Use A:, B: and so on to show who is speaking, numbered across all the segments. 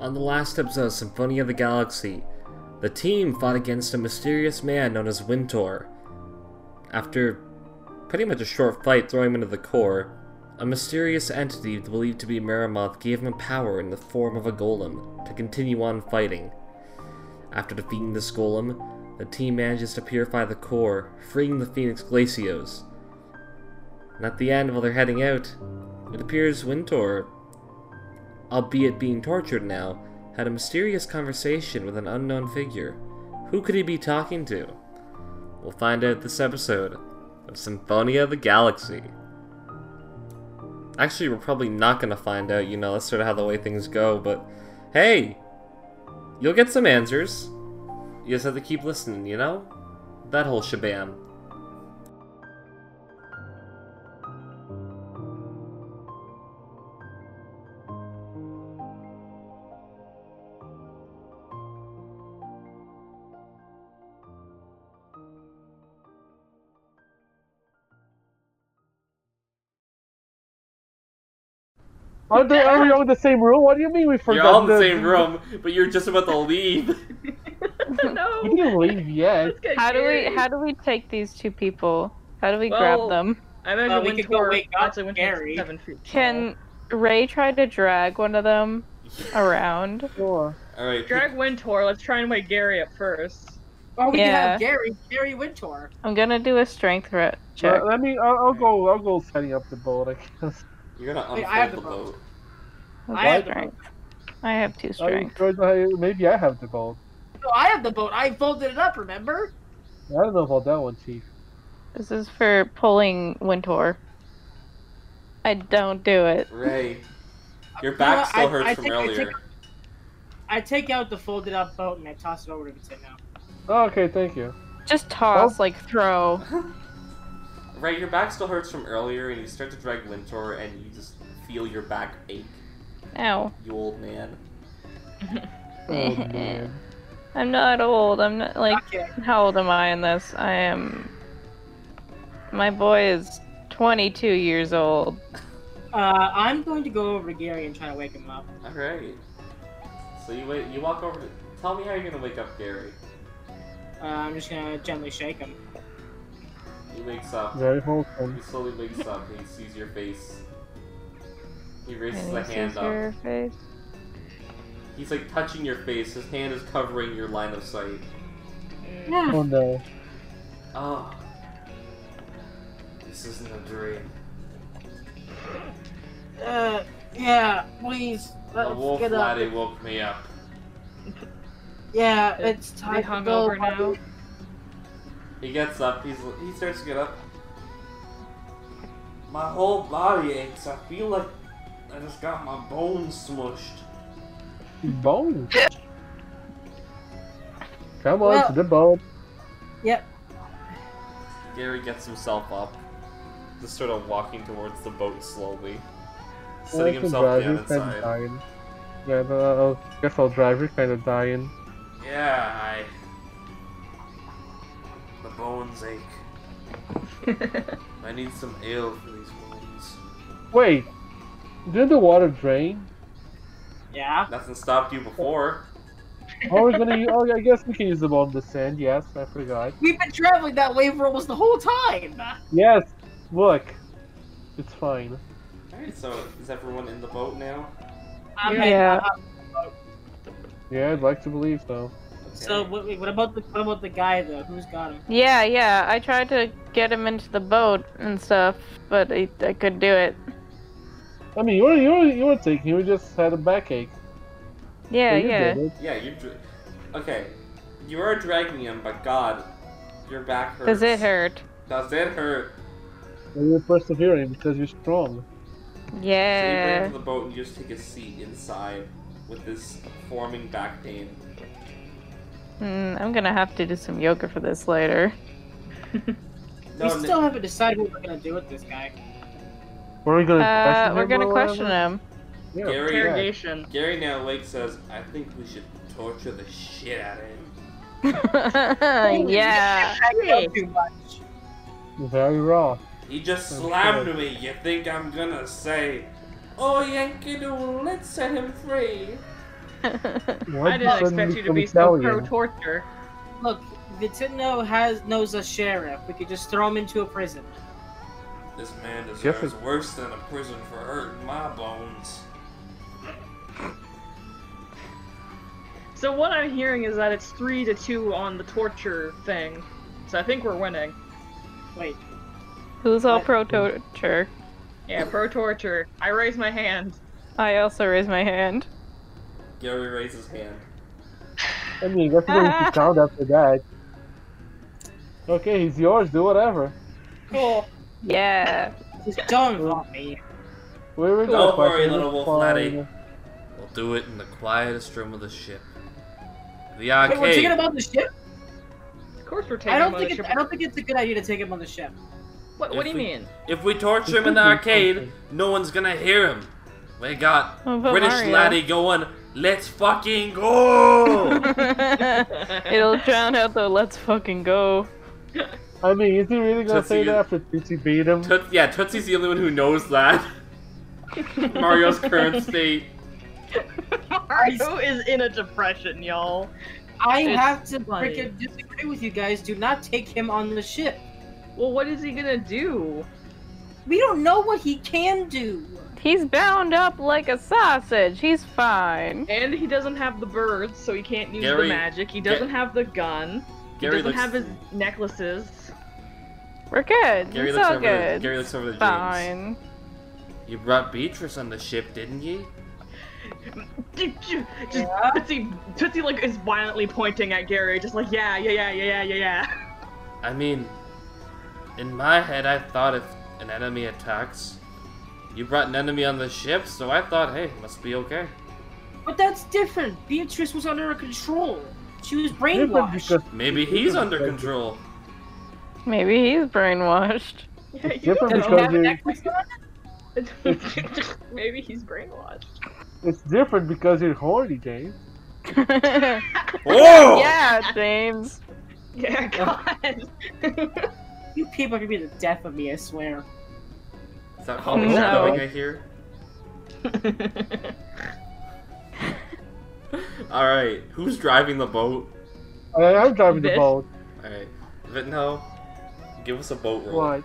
A: On the last episode of Symphony of the Galaxy, the team fought against a mysterious man known as Wintor. After pretty much a short fight throwing him into the core, a mysterious entity believed to be Merimoth gave him power in the form of a golem to continue on fighting. After defeating this golem, the team manages to purify the core, freeing the Phoenix Glacios. And at the end, while they're heading out, it appears Wintor, albeit being tortured now, had a mysterious conversation with an unknown figure. Who could he be talking to? We'll find out this episode of Symphonia of the Galaxy. Actually, we're probably not gonna find out, you know, that's sort of how the way things go, but hey! You'll get some answers. You just have to keep listening, you know? That whole shabam.
B: Aren't they? Are we all in the same room? What do you mean we forgot?
A: You're all in the same room, but you're just about to leave.
B: We
C: no.
B: didn't leave yet.
C: Let's get
D: How do we
C: Gary.
D: how do we take these two people? How do we
C: Well-
D: grab them?
C: I imagine
E: Uh, we
C: we
E: could go wake up
C: actually Wintor's
E: Gary.
C: seven feet. tall.
D: Can Ray try to drag one of them around?
B: Sure.
A: Alright.
C: drag Wintor? Let's try and wake Gary up first.
E: Or we could
D: Yeah.
E: have Gary, Gary Wintour.
D: I'm gonna do a strength re- check.
B: Let, let me. I'll, I'll go. I'll go setting up the boat. I guess.
A: You're gonna
E: Wait, I have
A: unfold the
E: the
A: boat.
D: I'll
E: I
D: do
E: have the
D: strength. I have two
B: I
D: strength.
B: enjoyed my- maybe I have the boat.
E: No, I have the boat. I folded it up, remember?
B: I don't know about that one, Chief.
D: This is for pulling Wintor. I don't do it.
A: Ray. Your
E: You
A: back
E: know,
A: still
E: I-
A: hurts
E: I
A: from
E: think- I
A: earlier.
E: think- I take out the folded up boat and I toss it over to Vitino.
B: Oh, okay, thank you.
D: Just toss,
B: Oh.
D: like throw.
A: Ray, your back still hurts from earlier, and you start to drag Wintor, and you just feel your back ache,
D: Ow.
A: you old man.
B: Oh, man.
D: I'm not old. I'm not like
E: Okay.
D: how old am I in this? I am my boy is twenty two years old.
E: Uh, I'm going to go over to Gary and try to wake him up.
A: Alright. So you wait, you walk over to. Tell me how you're gonna wake up Gary.
E: Uh, I'm just gonna gently shake him.
A: He wakes up.
B: Very wholesome.
A: He slowly wakes up, and he sees your face. He raises
D: Can
A: a
D: you
A: hand
D: see
A: up.
D: your face?
A: He's like touching your face, his hand is covering your line of sight.
B: Oh no.
A: Oh. This isn't a dream.
E: Uh, yeah, please. Let's
A: the wolf
E: get up.
A: laddie woke me up.
E: Yeah,
C: It's
E: it's
C: we
E: time to
C: hung
E: go.
C: over now.
E: buddy.
A: He gets up. He's he starts to get up. My whole body aches. I feel like I just got my bones smushed.
B: Bones. Come on
E: Well-
B: to the boat.
A: Gary gets himself up, just sort of walking towards the boat slowly, sitting
B: Well,
A: himself down
B: driver's kinda
A: inside.
B: dying. Yeah, but I'll, guess I'll drive. We're kind of dying.
A: Yeah, I. The bones ache. I need some ale for these wounds.
B: Wait, did the water drain?
E: Yeah.
A: Nothing stopped you before.
B: Oh, we're gonna. u- oh, I guess we can use the boat in the sand. Yes, I forgot.
E: We've been traveling that way for almost the whole time.
B: Yes, look, it's fine.
A: Alright, so is everyone in the boat now?
E: I'm
C: Yeah.
E: heading
D: Yeah.
E: up.
B: Yeah, I'd like to believe so.
E: So what, what about the what about the guy though? Who's got him?
D: Yeah, yeah. I tried to get him into the boat and stuff, but I, I couldn't do it.
B: I mean, you were you were you were taking. You just had a backache.
D: Yeah,
B: So you
D: yeah.
B: did it.
A: Yeah, you. Dr- okay, you are dragging him, but God, your back hurts.
D: Does it hurt?
A: Does it hurt?
B: And You're persevering because you're strong.
A: So you bring him
D: Yeah.
A: to the boat and you just take a seat inside with this forming back pain.
D: Mm, I'm gonna have to do some yoga for this later.
A: No,
E: we
A: n-
E: still haven't decided what we're gonna do with this guy.
B: We're we gonna.
D: Uh,
B: question
D: we're
B: him
D: gonna
B: or
D: question
B: whatever?
D: him.
B: Yeah.
A: Gary,
C: Interrogation.
A: Gary now Lake says, I think we should torture the shit out of him.
D: yeah.
E: I know too much.
B: Very raw.
A: He just
B: Okay.
A: slammed me. You think I'm gonna say, Oh Yankee Doodle, let's set him free?
B: Why
C: I
B: did
C: didn't expect
B: suddenly
C: you to be so
B: Italian?
C: pro torture.
E: Look, Vitino has knows a sheriff. We could just throw him into a prison.
F: This man
B: Jeff
F: deserves
B: is-
F: worse than a prison for hurting my bones.
C: So what I'm hearing is that it's three to two on the torture thing. So I think we're winning.
E: Wait,
D: Who's all pro torture?
C: Yeah, pro torture. I raise my hand.
D: I also raise my hand.
F: Gary raised his hand.
B: I mean, that's the way you sound after that. Okay, he's yours. Do whatever.
C: Cool.
D: Yeah.
E: just don't involve me.
B: We were
F: Don't
B: gonna
F: worry,
B: fucking-
F: little wolf
B: fine.
F: laddie. We'll do it in the quietest room of the ship. The
E: Wait, we're taking him
F: arcade.
E: on the ship.
C: Of course we're taking
E: I don't
C: him on
E: think
C: the
E: it's,
C: ship.
E: I don't think it's a good idea to take him on the ship.
C: What, what do
F: If
C: you
F: we-
C: mean?
F: if we torture him in the arcade, no one's gonna hear him. We got
D: What about
F: British
D: Oh, Mario?
F: laddie going, let's fucking go!
C: Oh.
D: It'll drown out the let's fucking go.
B: I mean, is he really gonna
F: Tootsie
B: say that
F: is-
B: after Tootsie beat him?
F: Toot- yeah, Tootsie's the only one who knows that. Mario's current state.
C: Mario is in a depression, y'all.
E: I
C: It's
E: have to
C: funny.
E: freaking disagree with you guys. Do not take him on the ship.
C: Well, what is he gonna do?
E: We don't know what he can do.
D: He's bound up like a sausage. He's fine.
C: And he doesn't have the birds, so he can't use
F: Gary-
C: the magic. He doesn't have the gun. He
F: Gary
C: doesn't
F: looks.
C: have his necklaces.
D: We're good.
F: Gary
D: it's
F: looks
D: all
F: over. The,
D: good.
F: Gary looks over the James.
D: fine.
F: You brought Beatrice on the ship, didn't you?
C: Just Tootsie, Tootsie, like is violently pointing at Gary, just like yeah, yeah, yeah, yeah, yeah, yeah, yeah.
F: I mean, in my head, I thought if an enemy attacks, you brought an enemy on the ship, so I thought, hey, must be okay.
E: But that's different. Beatrice was under her control. She was
B: Different
E: brainwashed.
B: because
F: Maybe he's under control.
D: Maybe he's brainwashed.
C: yeah you
B: different
C: don't
E: Doesn't have
B: because
E: a
B: it-
E: necklace on?
C: know. Maybe he's brainwashed.
B: it's different because you're horny, James.
F: Oh!
D: yeah, James.
C: Yeah, God.
E: You people are gonna be the death of me, I swear.
F: Is that all the
D: No.
F: shouting I hear? All right, who's driving the boat?
B: I am driving the
C: This-
B: boat.
F: All right, Vitno, give us a boat roll.
B: What?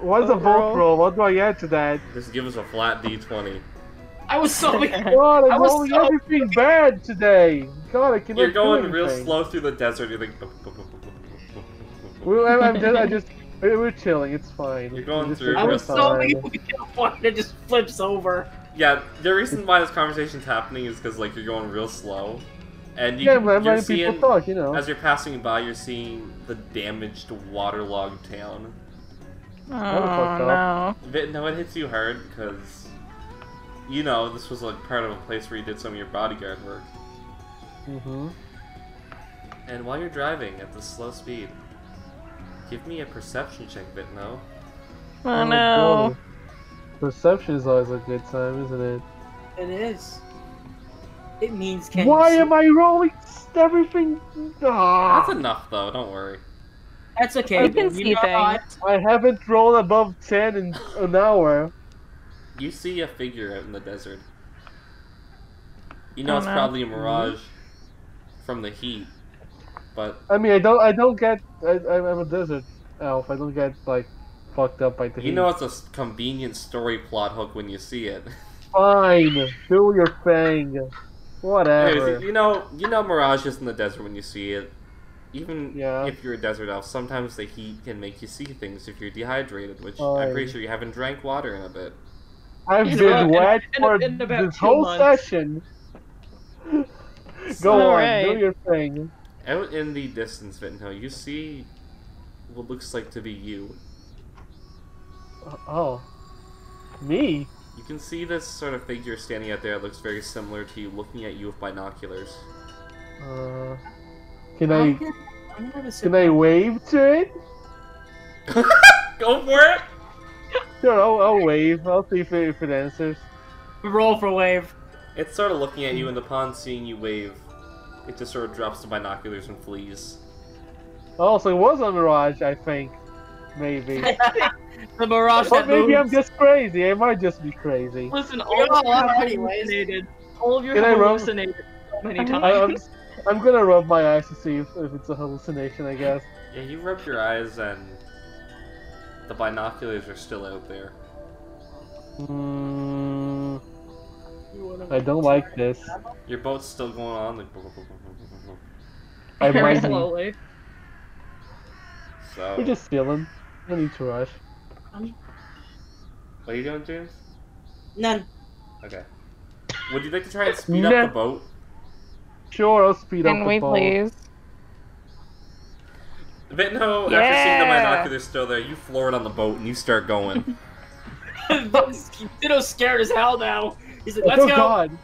B: What is a
D: Overall-
B: boat roll? What do I add to that?
F: Just give us a flat D20.
E: I was so
B: God,
E: I
B: I'm
E: was
B: rolling
E: so-
B: everything bad today. God, I cannot.
F: You're
B: do
F: going real
B: anything.
F: slow through the desert. You're like.
B: We, I'm, I'm just, I just, we- we're chilling. It's fine.
F: You're going
B: We're just
F: through
E: I
B: taking
E: was
F: Gross.
B: our
E: so
B: time.
E: many we kill one that just flips over.
F: Yeah, the reason why this conversation's happening is because like you're going real slow, and you,
B: Yeah, man,
F: you're
B: letting
F: seeing
B: people talk. You know.
F: as you're passing by, you're seeing the damaged, waterlogged town.
D: Oh no.
F: But no, it hits you hard because you know this was like part of a place where you did some of your bodyguard work.
E: Mm-hmm.
B: hmm
F: And while you're driving at this slow speed, give me a perception check, Vitno.
D: Oh no.
B: Perception is always a good time, isn't it?
E: It is. It means can
B: Why
E: you
B: am I rolling s- everything?
F: That's
B: Ah,
F: enough though. Don't worry.
E: That's okay.
D: I can
E: dude. You
D: see
E: know I-
D: things.
B: I haven't rolled above ten in an hour.
F: You see a figure out in the desert. You
D: Oh,
F: know it's
D: no.
F: probably a mirage from the heat, but
B: I mean, I don't, I don't get. I, I'm I'm a desert elf. I don't get like fucked up by the
F: you
B: heat.
F: know it's a s- convenient story plot hook when you see it.
B: Fine, do your thing. Whatever.
F: Anyways, you know, you know mirages in the desert when you see it. Even
B: Yeah.
F: if you're a desert elf, sometimes the heat can make you see things if you're dehydrated, which I'm
B: Fine.
F: pretty sure you haven't drank water in a bit.
B: I've
C: In
B: been
C: about-
B: wet
C: in-
B: for
C: in about
B: this
C: two
B: whole
C: months.
B: session. Go
D: All
B: on,
D: right.
B: do your thing.
F: Out in the distance, Vittenhill, you see what looks like to be you.
B: Oh, me?
F: You can see this sort of figure standing out there that looks very similar to you, looking at you with binoculars.
B: Uh, can
E: I'm
B: I
E: gonna- I'm gonna sit
B: can I wave to it?
F: Go for it!
B: Sure, I'll, I'll wave. I'll see if it, if it answers.
E: roll for wave.
F: It's sort of looking at you, and upon seeing you wave, it just sort of drops the binoculars and flees.
B: Oh, so it was a mirage, I think. Maybe.
E: The mirage
B: or
E: that
B: maybe Oh, I'm
E: moves.
B: just crazy. I might just be crazy.
C: Listen,
E: We
C: all
E: all
C: of
E: are
C: us
E: anyways.
C: hallucinated. All of you
B: Can I
C: have
B: roll?
C: hallucinated so many
B: I- I'm-
C: times.
B: I'm gonna rub my eyes to see if, if it's a hallucination, I guess.
F: Yeah, you rub your eyes and the binoculars are still out there.
B: Mm, I don't like this.
F: Your boat's still going on. Like,
B: I
C: Very
B: might be.
C: slowly.
F: so,
B: We're just stealing. No need to rush.
F: what are you doing, James?
E: None.
F: Okay. Would you like to try and speed up
B: Nah.
F: the boat?
B: Sure, I'll speed up
D: Can
B: the
D: we
B: ball.
D: please?
F: But no, after seeing the
D: Yeah.
F: binoculars still there, you floor it on the boat and you start going.
E: Ditto's scared as hell now. He's like,
B: Oh,
E: let's go.
B: God.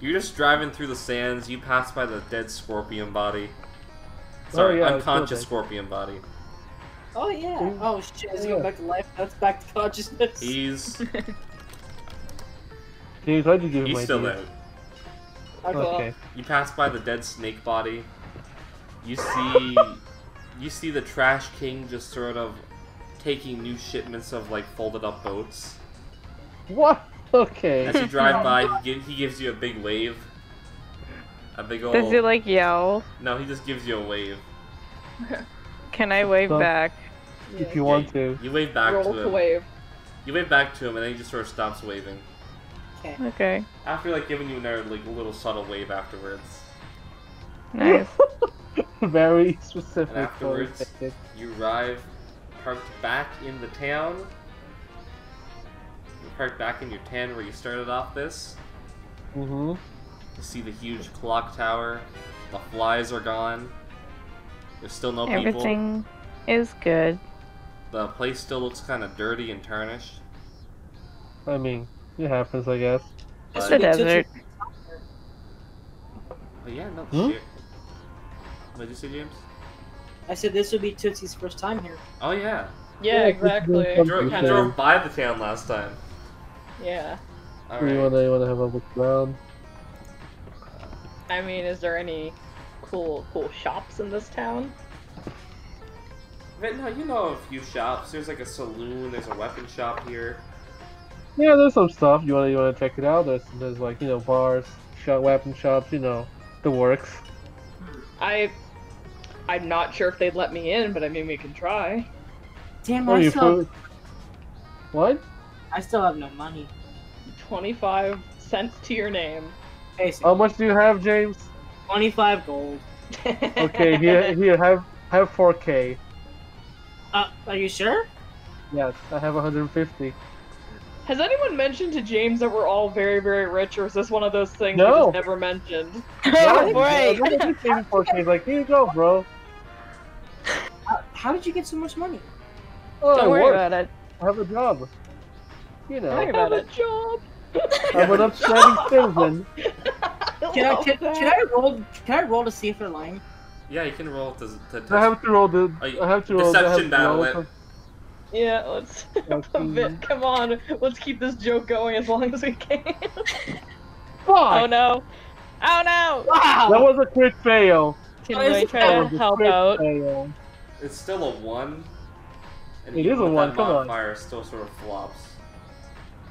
F: You're just driving through the sands. You pass by the dead scorpion body. Sorry,
B: Oh, yeah, I
F: unconscious
B: killed
F: scorpion body.
E: Oh yeah.
B: Mm.
E: Oh shit. Is he
B: Yeah.
E: going back to life? That's back to consciousness.
F: He's
B: James, why'd you give him
F: he's
B: my
F: still
B: idea?
F: out.
E: I go,
B: Okay.
F: You pass by the dead snake body. You see you see the trash king just sort of taking new shipments of like folded up boats.
B: What?
F: As
B: Okay.
F: you drive by, he, gi- he gives you a big wave. A big old
D: Does he like yell?
F: No, he just gives you a wave.
D: Can I wave
B: Stop.
D: back?
B: if you want to.
F: You wave back
C: Roll
F: to
C: to
F: him.
C: wave.
F: You wave back to him and then he just sort of stops waving.
E: Okay.
D: Okay.
F: After like giving you another like little subtle wave afterwards.
D: Nice.
B: Very specific.
F: And afterwards-
B: for-
F: You arrive parked back in the town. You're parked back in your town where you started off this.
B: Mhm.
F: You see the huge clock tower. The flies are gone. There's still no people.
D: Everything is good.
F: The place still looks kind of dirty and tarnished.
B: I mean, it happens, I guess.
E: That's what
F: It's
D: the
E: Ditto
D: desert.
E: should-
F: But yeah, no
B: Hmm?
F: shit. What did you say, James?
E: I said this would be Tootsie's first time here.
F: Oh yeah,
B: Yeah,
C: Yeah,
B: it's
C: exactly.
B: doing
F: you drove, you
B: Okay.
F: drove by the town last time.
C: Yeah.
F: All
B: Do you
F: right.
B: wanna, you wanna have a look around?
C: I mean, is there any cool, cool shops in this town?
F: But no, you know a few shops. There's like a saloon. There's a weapon shop here.
B: Yeah, there's some stuff. You wanna, you wanna check it out? There's, there's like, you know, bars, shot weapon shops, you know, the works.
C: I, I'm not sure if they'd let me in, but I mean, we can try.
E: Damn,
B: Oh,
E: I
B: you
E: still,
B: food? What?
E: I still have no money.
C: Twenty-five cents to your name.
E: Basically,
B: How much do you have, James?
E: 25 gold.
B: Okay, here, here, have have 4K.
E: Uh, are you sure?
B: Yes, I have 150.
C: Has anyone mentioned to James that we're all very, very rich, or is this one of those things we
B: No.
C: just never mentioned?
D: Oh,
B: What? Look at this thing, 4K. Like, here you go, bro.
E: How, how did you get so much money?
B: Oh, I
D: Don't worry
B: work.
D: about it.
B: I have a job. You
C: I
B: know,
D: Alright.
C: have a job.
B: I'm an upstanding citizen.
E: Can I,
C: love
E: can,
C: that.
E: can I roll? Can I roll to see if they're lying?
F: Yeah, you can roll to, to test.
B: I have to roll the.
F: Are you-
B: I have to roll. I have
F: deception
B: to
F: battle
B: roll
F: it.
B: some-
C: Yeah, let's.
B: Okay.
C: Come on, let's keep this joke going as long as we can.
B: Fuck!
D: Oh no. Oh no!
E: Wow!
B: That was a crit fail.
D: Can
E: Why is
D: we
E: it
B: That
D: try
B: was
D: to
B: a
D: help
B: crit
D: out?
B: fail.
F: It's still a one. And
B: It
F: even
B: is a
F: with
B: one,
F: That
B: come on.
F: modifier it still sort of flops.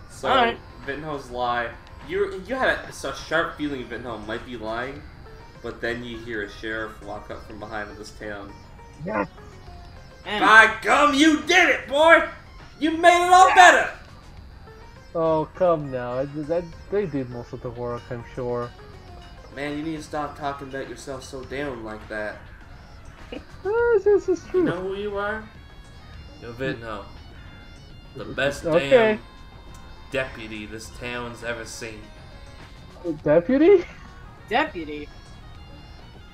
F: So
E: Alright.
F: Vittenho's lie. You you had a, a sharp feeling Vittenho might be lying, but then you hear a sheriff walk up from behind this town.
B: Yes.
E: Man,
F: By gum, you did it, boy! You made it all better.
B: Oh come now, I- that they did most of the work, I'm sure.
F: Man, you need to stop talking about yourself so down like that.
B: Ah, this is
F: You
B: true.
F: know who you are? You're Vittenho. The best
B: Hmm. Okay.
F: damn deputy this town's ever seen.
B: Deputy?
E: deputy.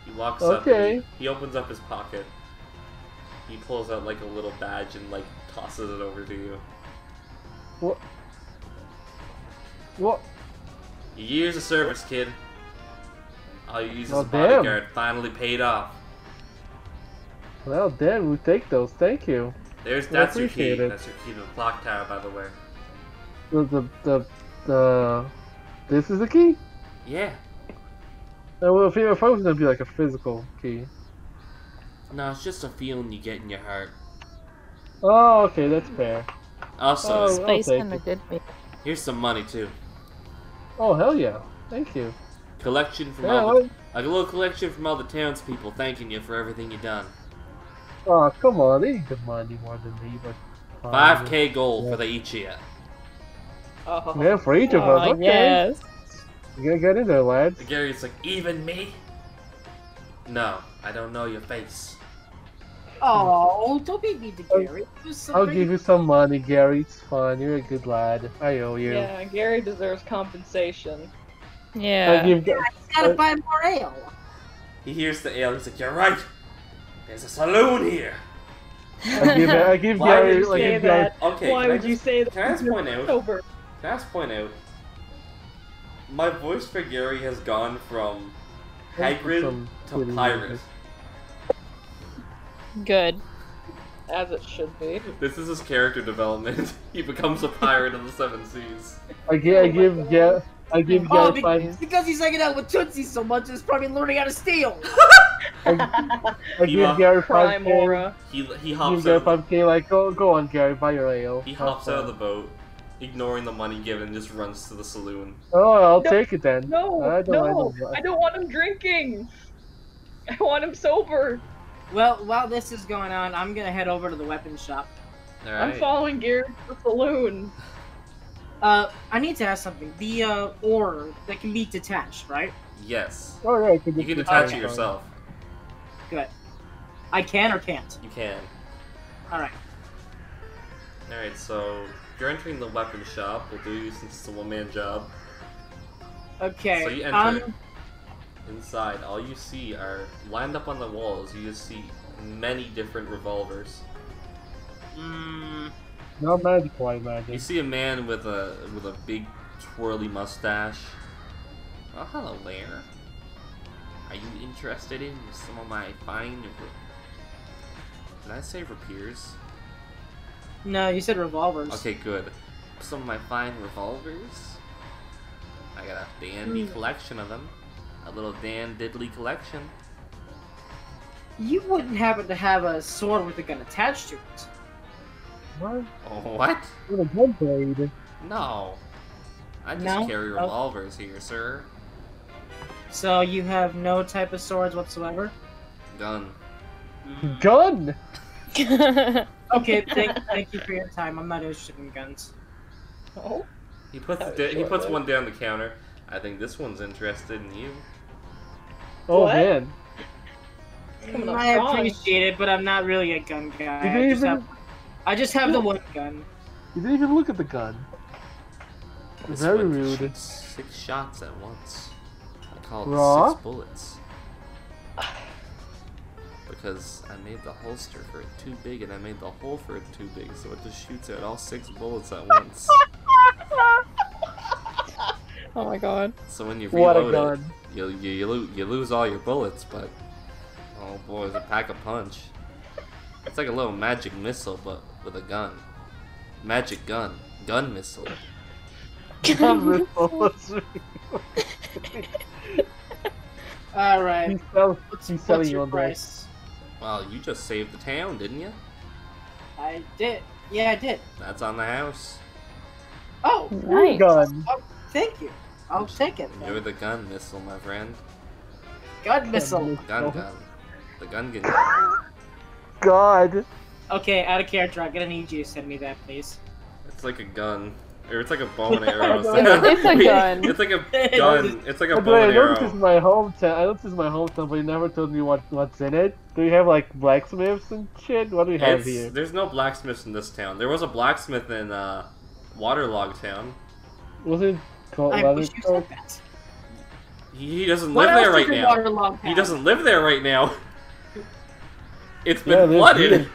F: He walks up.
B: Okay.
F: and He, he opens up his pocket. He pulls out like a little badge and like tosses it over to you.
B: What?
F: Your years of service, kid. All you use as
B: Well,
F: a
B: damn.
F: bodyguard finally paid off.
B: Well, damn, we take those. Thank you.
F: There's
B: Well, I
F: that's your key.
B: appreciate it.
F: That's your key to the clock tower, by the way.
B: The the the, the this is the key.
F: Yeah.
B: Uh, well, if, if I was gonna be like a physical key.
F: No, it's just a feeling you get in your heart.
B: Oh, okay, that's fair.
F: Also,
B: Oh, I'll take
D: a
B: it.
D: good meal.
F: here's some money too.
B: Oh hell yeah. Thank you.
F: Collection from
B: Yeah,
F: all the,
B: what?
F: a little collection from all the townspeople thanking you for everything you done.
B: Oh, come on. They didn't demand you more than me, but. uh,
G: Oh,
F: Five K gold for the Ichiya.
D: Oh,
B: Yeah, for each of us.
D: oh
B: okay.
D: yes.
B: You gotta get in there, lads.
F: Gary's like, even me? No, I don't know your face.
E: Oh, don't be mean to Gary. He was so
B: I'll
E: pretty.
B: give you some money, Gary. It's fun. You're a good lad. I owe you.
G: Yeah, Gary deserves compensation.
B: I'll
D: Yeah.
B: give Ga-
E: He's gotta buy more ale.
F: He hears the ale. He's like, you're right. There's a saloon here.
B: I'll give, I'll give
F: Why would
B: Gary.
F: you
B: I'll
G: say
B: give Gary.
G: that?
F: Okay.
G: Why
F: can I
G: would you
F: just-
G: say that?
F: Can I just point out?
G: Sober.
F: Can I just point out? My voice for Gary has gone from Hagrid
B: Some
F: to
B: pretty
F: pirate.
B: voices.
D: Good.
G: As it should be.
F: This is his character development. he becomes a pirate of the Seven Seas.
B: I give,
G: Oh
B: I give, Ga- I give
E: Oh,
B: Gary
E: because,
B: five.
E: because he's hanging out with Tootsie so much, he's probably learning how to steal.
B: I give
F: Eva.
B: Gary five
G: Crime
B: k.
G: aura.
F: He he
B: Give
F: hops
B: Gary
F: out. Of
B: five k. Like, go, go on, Gary. Buy your ale.
F: the, he
B: Have
F: hops out of the
B: fun.
F: boat, ignoring the money given, and just runs to the saloon.
B: Oh, I'll
G: No.
B: take it then.
G: No,
B: I don't- I
G: no,
B: don't-
G: I don't want him drinking. I want him sober.
E: well, while this is going on, I'm gonna head over to the weapon shop.
F: All
G: I'm following Gary to the saloon.
E: Uh, I need to ask something. The uh, ore that can be detached, right?
F: Yes.
B: Oh yeah, I can
F: You
B: just
F: can
B: get
F: detach
B: some.
F: it yourself.
E: Good. I can or can't.
F: You can.
E: All right.
F: All right. So you're entering the weapon shop. We'll do since it's a one-man job.
E: Okay.
F: So you enter.
E: um,
F: Inside, all you see are lined up on the walls. You just see many different revolvers.
E: mm,
B: Not magic, why magic?
F: You see a man with a with a big twirly mustache. Oh, hello there. Are you interested in some of my fine? re- Did I say rapiers?
E: no, you said revolvers.
F: Okay, good. Some of my fine revolvers. I got a dandy
G: Hmm.
F: collection of them. A little Dan Diddley collection.
E: You wouldn't happen to have a sword with a gun attached to it.
B: What?
F: What?
B: What a gun blade.
F: No. I just
E: No?
F: carry
E: Oh.
F: revolvers here, sir.
E: So you have no type of swords whatsoever.
F: Gun.
B: Mm. Gun.
E: Okay, thank, thank you for your time. I'm not interested in guns.
G: Oh,
F: He puts
G: That was
F: da- he
G: short
F: puts
G: lived.
F: one down the counter. I think this one's interested in you.
B: Oh
G: What?
B: man.
G: coming up
E: I
G: strong.
E: appreciate it, but I'm not really a gun guy.
B: Did
E: I
B: you
E: just,
B: even-
E: have, I just have the one gun.
B: You didn't even look at the gun.
F: This
B: Very
F: one
B: rude.
F: shoots Six shots at once. I call it
B: Raw?
F: six bullets. Because I made the holster for it too big and I made the hole for it too big, so it just shoots out all six bullets at once.
D: oh my god.
F: so when you
B: What a
F: reload it,
B: gun.
F: you, you, you, lo- you lose all your bullets, but oh boy, it's a pack a punch. It's like a little magic missile, but with a gun. Magic gun, gun missile.
B: Gun missile.
E: All right.
B: He's sell-
E: What's,
B: he's
E: what's
B: selling you
E: your
B: on there.
E: price?
F: Well, you just saved the town, didn't you?
E: I did. Yeah, I did.
F: That's on the house.
E: Oh,
D: Nice.
B: Gun.
E: thank you. I'll take it. then.
F: You're the gun missile, my friend.
E: Gun missile.
F: Gun
B: Oh.
F: gun. The gun gun.
B: God.
E: Okay, out of character. I'm gonna need you to send me that, please.
F: It's like a gun. Or it's like a bow and arrow.
D: It's- it's a gun.
F: It's like a gun. It's like a
B: By the
F: bow
B: way, I
F: and
B: know this is
F: arrow.
B: my hometown. I know this is my hometown, but you never told me what what's in it. Do you have like blacksmiths and shit? What do we have
F: It's-
B: here?
F: there's no blacksmiths in this town. There was a blacksmith in uh, Waterlog Town.
B: Was it called?
E: I
B: was
E: wish
B: it
E: you
B: called-
E: said that.
F: He, he doesn't
E: What
F: live there
E: else
F: right
E: did your
F: now.
E: waterlogged
F: He
E: have?
F: doesn't live there right now. It's
B: Yeah,
F: been
B: there's
F: flooded.
B: heat.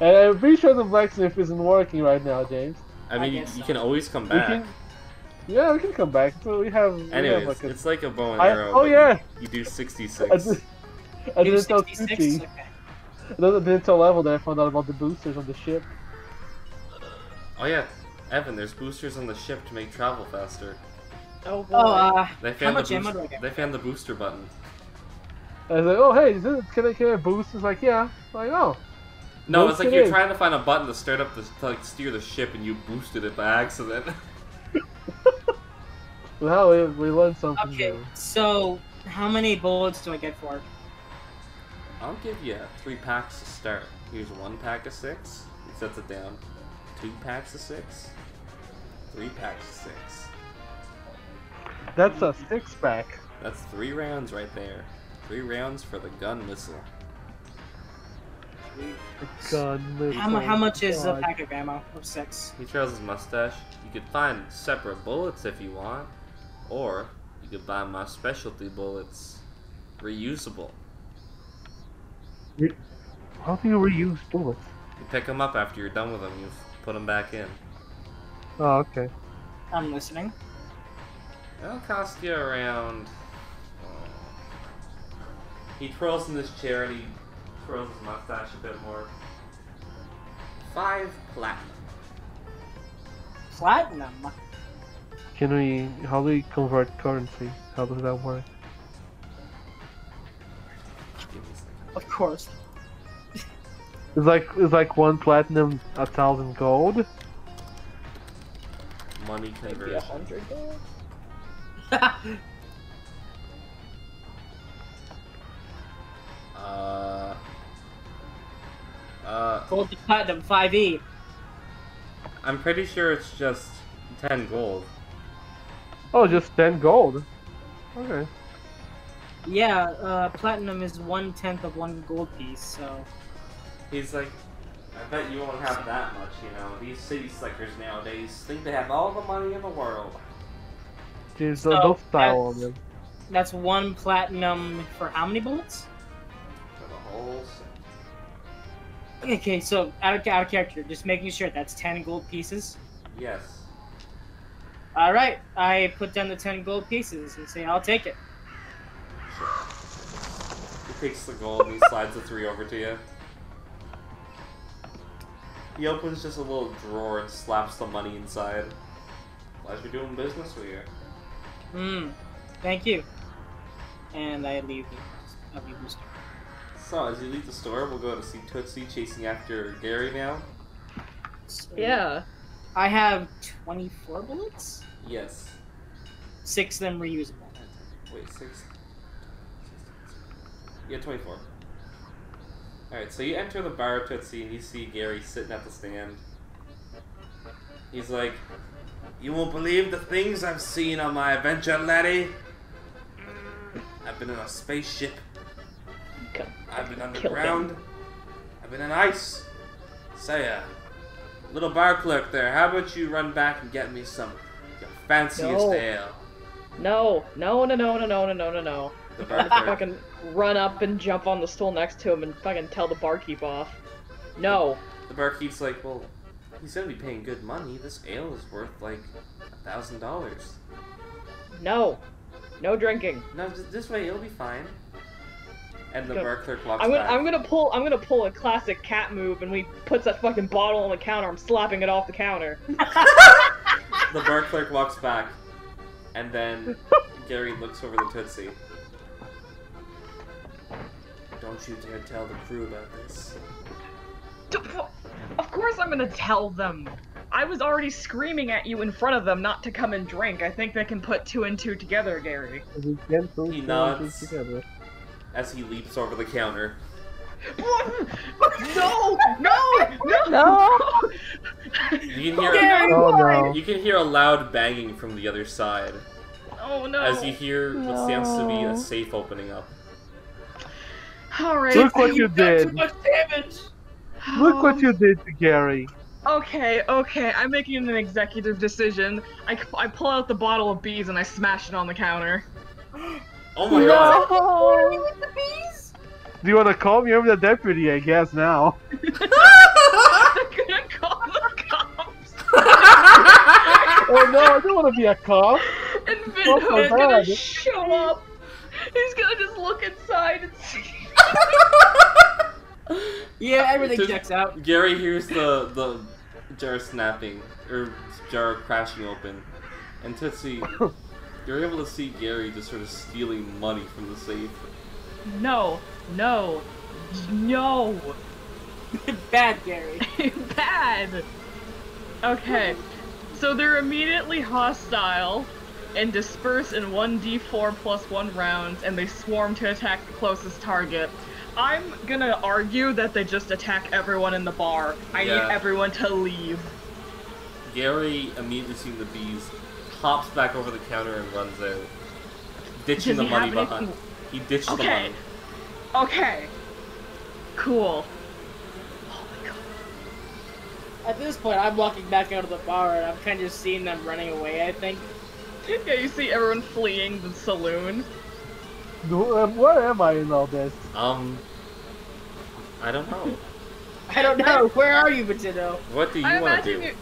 B: And Uh, I'm pretty sure the blacksmith isn't working right now, James.
F: I mean, you,
E: guess
F: you
E: so.
F: can always come
B: We
F: back.
B: can. Yeah, we can come back. So we have. we have
F: Anyways,
B: like a,
F: it's like a bow and
B: I-
F: arrow.
B: oh,
F: but you-
B: yeah.
F: You, do
B: I
F: 66.
B: did- I
E: New
B: didn't tell
E: 66?
B: Tootsie.
E: Okay.
B: I didn't tell Level that I found out about the boosters on the ship.
F: Oh yeah, Evan, there's boosters on the ship to make travel faster.
G: Oh boy.
E: Oh, uh,
F: They
E: how
F: found
E: much
F: the
E: ammo
F: boost-
E: do I get?
F: they found the booster button.
B: I was like, oh hey, is it, can I can I boost? It's like yeah. I'm like oh.
F: No,
B: Boost
F: it's like
B: it
F: you're
B: in.
F: trying to find a button to start up the to like steer the ship, and you boosted it by accident.
B: Well, we, we learned something.
E: Okay,
B: new.
E: so how many bullets do I get for it?
F: I'll give you three packs to start. Here's one pack of six. He sets it down. Two packs of six. Three packs of six.
B: That's a six pack.
F: That's three rounds right there. Three rounds for the gun missile.
B: God,
E: How, mu- how much is a pack of ammo of six?
F: He trails his mustache. You could find separate bullets if you want, or you could buy my specialty bullets, reusable.
B: How do you reuse bullets?
F: You pick them up after you're done with them. You put them back in.
B: Oh, okay.
E: I'm listening.
F: That'll cost you around. uh, He twirls in this chair and he twirls his mustache a bit more. Five platinum.
E: Platinum.
B: Can we? How do we convert currency? How does that work?
F: Give me a second.
E: Of course.
B: It's like it's like one platinum, a thousand gold.
F: Money
C: Maybe a
F: conversion.
C: hundred gold?
F: Uh. Uh.
E: Gold to platinum, E. 5e.
F: I'm pretty sure it's just ten gold.
B: Oh, just ten gold. Okay.
E: Yeah, uh, platinum is one tenth of one gold piece, so.
F: He's like, I bet you won't have that much, you know. These city slickers nowadays think they have all the money in the world.
B: There's
E: So,
B: no don't style on
E: that's-
B: them.
E: That's one platinum for how many bullets?
F: For the whole city.
E: Okay, so out of, out of character, just making sure that's 10 gold pieces.
F: Yes.
E: Alright, I put down the 10 gold pieces and say, I'll take it.
F: He takes the gold and he slides the three over to you. He opens just a little drawer and slaps the money inside. Glad you're doing business with you.
E: Hmm, thank you. And I leave the, I leave the store.
F: So, as you leave the store, we'll go to see Tootsie chasing after Gary now.
E: So,
C: Yeah.
E: I have 24 bullets?
F: Yes.
E: Six of them reusable.
F: Wait, six. Yeah, 24. Alright, so you enter the bar, Tootsie, and you see Gary sitting at the stand. He's like, You won't believe the things I've seen on my adventure, laddie. I've been in a spaceship.
C: Go-
F: I've been
C: kill him.
F: underground. I've been in ice. Say, uh, little bar clerk there, how about you run back and get me some your fanciest
C: No.
F: ale?
C: No, no, no, no, no, no, no, no, no, no.
F: The bar
C: I
F: clerk
C: fucking run up and jump on the stool next to him and fucking tell the barkeep off. No.
F: The barkeep's like, well, he's gonna be paying good money. This ale is worth like a thousand dollars.
C: No. No drinking.
F: No, just this way it'll be fine. And the
C: Good.
F: bar clerk walks
C: I'm gonna,
F: back.
C: I'm gonna pull, I'm gonna pull a classic cat move, and we puts that fucking bottle on the counter. I'm slapping it off the counter.
F: The bar clerk walks back, and then Gary looks over the tootsie. Don't you dare tell the crew about this.
C: Of course, I'm gonna tell them. I was already screaming at you in front of them not to come and drink. I think they can put two and two together, Gary.
B: We can put two and
F: He
B: two
F: nods.
B: together.
F: As he leaps over the counter.
C: no, no, no,
D: No.
F: You can hear
C: Gary,
B: Oh no.
F: you can hear a loud banging from the other side
C: Oh no.
F: as you hear what sounds to be
D: No.
F: a safe opening up.
C: All right.
B: Look what you did.
E: much damage!
B: Look what you did to Gary.
C: Oh, Okay, okay. I'm making an executive decision. I, I pull out the bottle of bees and I smash it on the counter.
F: Oh my god!
B: Do you want to call me? I'm the deputy, I guess now.
C: I'm gonna call the cops.
B: oh no, I don't want to be a cop.
C: And Vin
B: Oh,
C: Hood's
B: my God.
C: gonna show up. He's gonna just look inside and see.
E: Yeah, everything
F: Does-
E: checks out.
F: Gary hears the the jar snapping or jar crashing open, and Tootsie, you're able to see Gary just sort of stealing money from the safe.
C: No, no, no.
E: Bad Gary.
C: Bad. Okay. So they're immediately hostile.
G: and disperse in 1d4 plus 1 rounds, and they swarm to attack the closest target. I'm gonna argue that they just attack everyone in the bar. I
F: Yeah.
G: need everyone to leave.
F: Gary, immediately seeing the bees, hops back over the counter and runs out, ditching
G: Does
F: the
G: he
F: money
G: have any-
F: behind. He ditched the
G: Okay.
F: money.
G: Okay. Cool. Oh my god.
E: At this point, I'm walking back out of the bar and I'm kind of just seeing them running away, I think.
G: Yeah, you see everyone fleeing the saloon.
B: Do, um, where am I in all this?
F: Um, I don't know.
E: I don't know. Where are you, Potato?
F: What do
G: I
F: you want to
G: imagine
F: do?
G: you.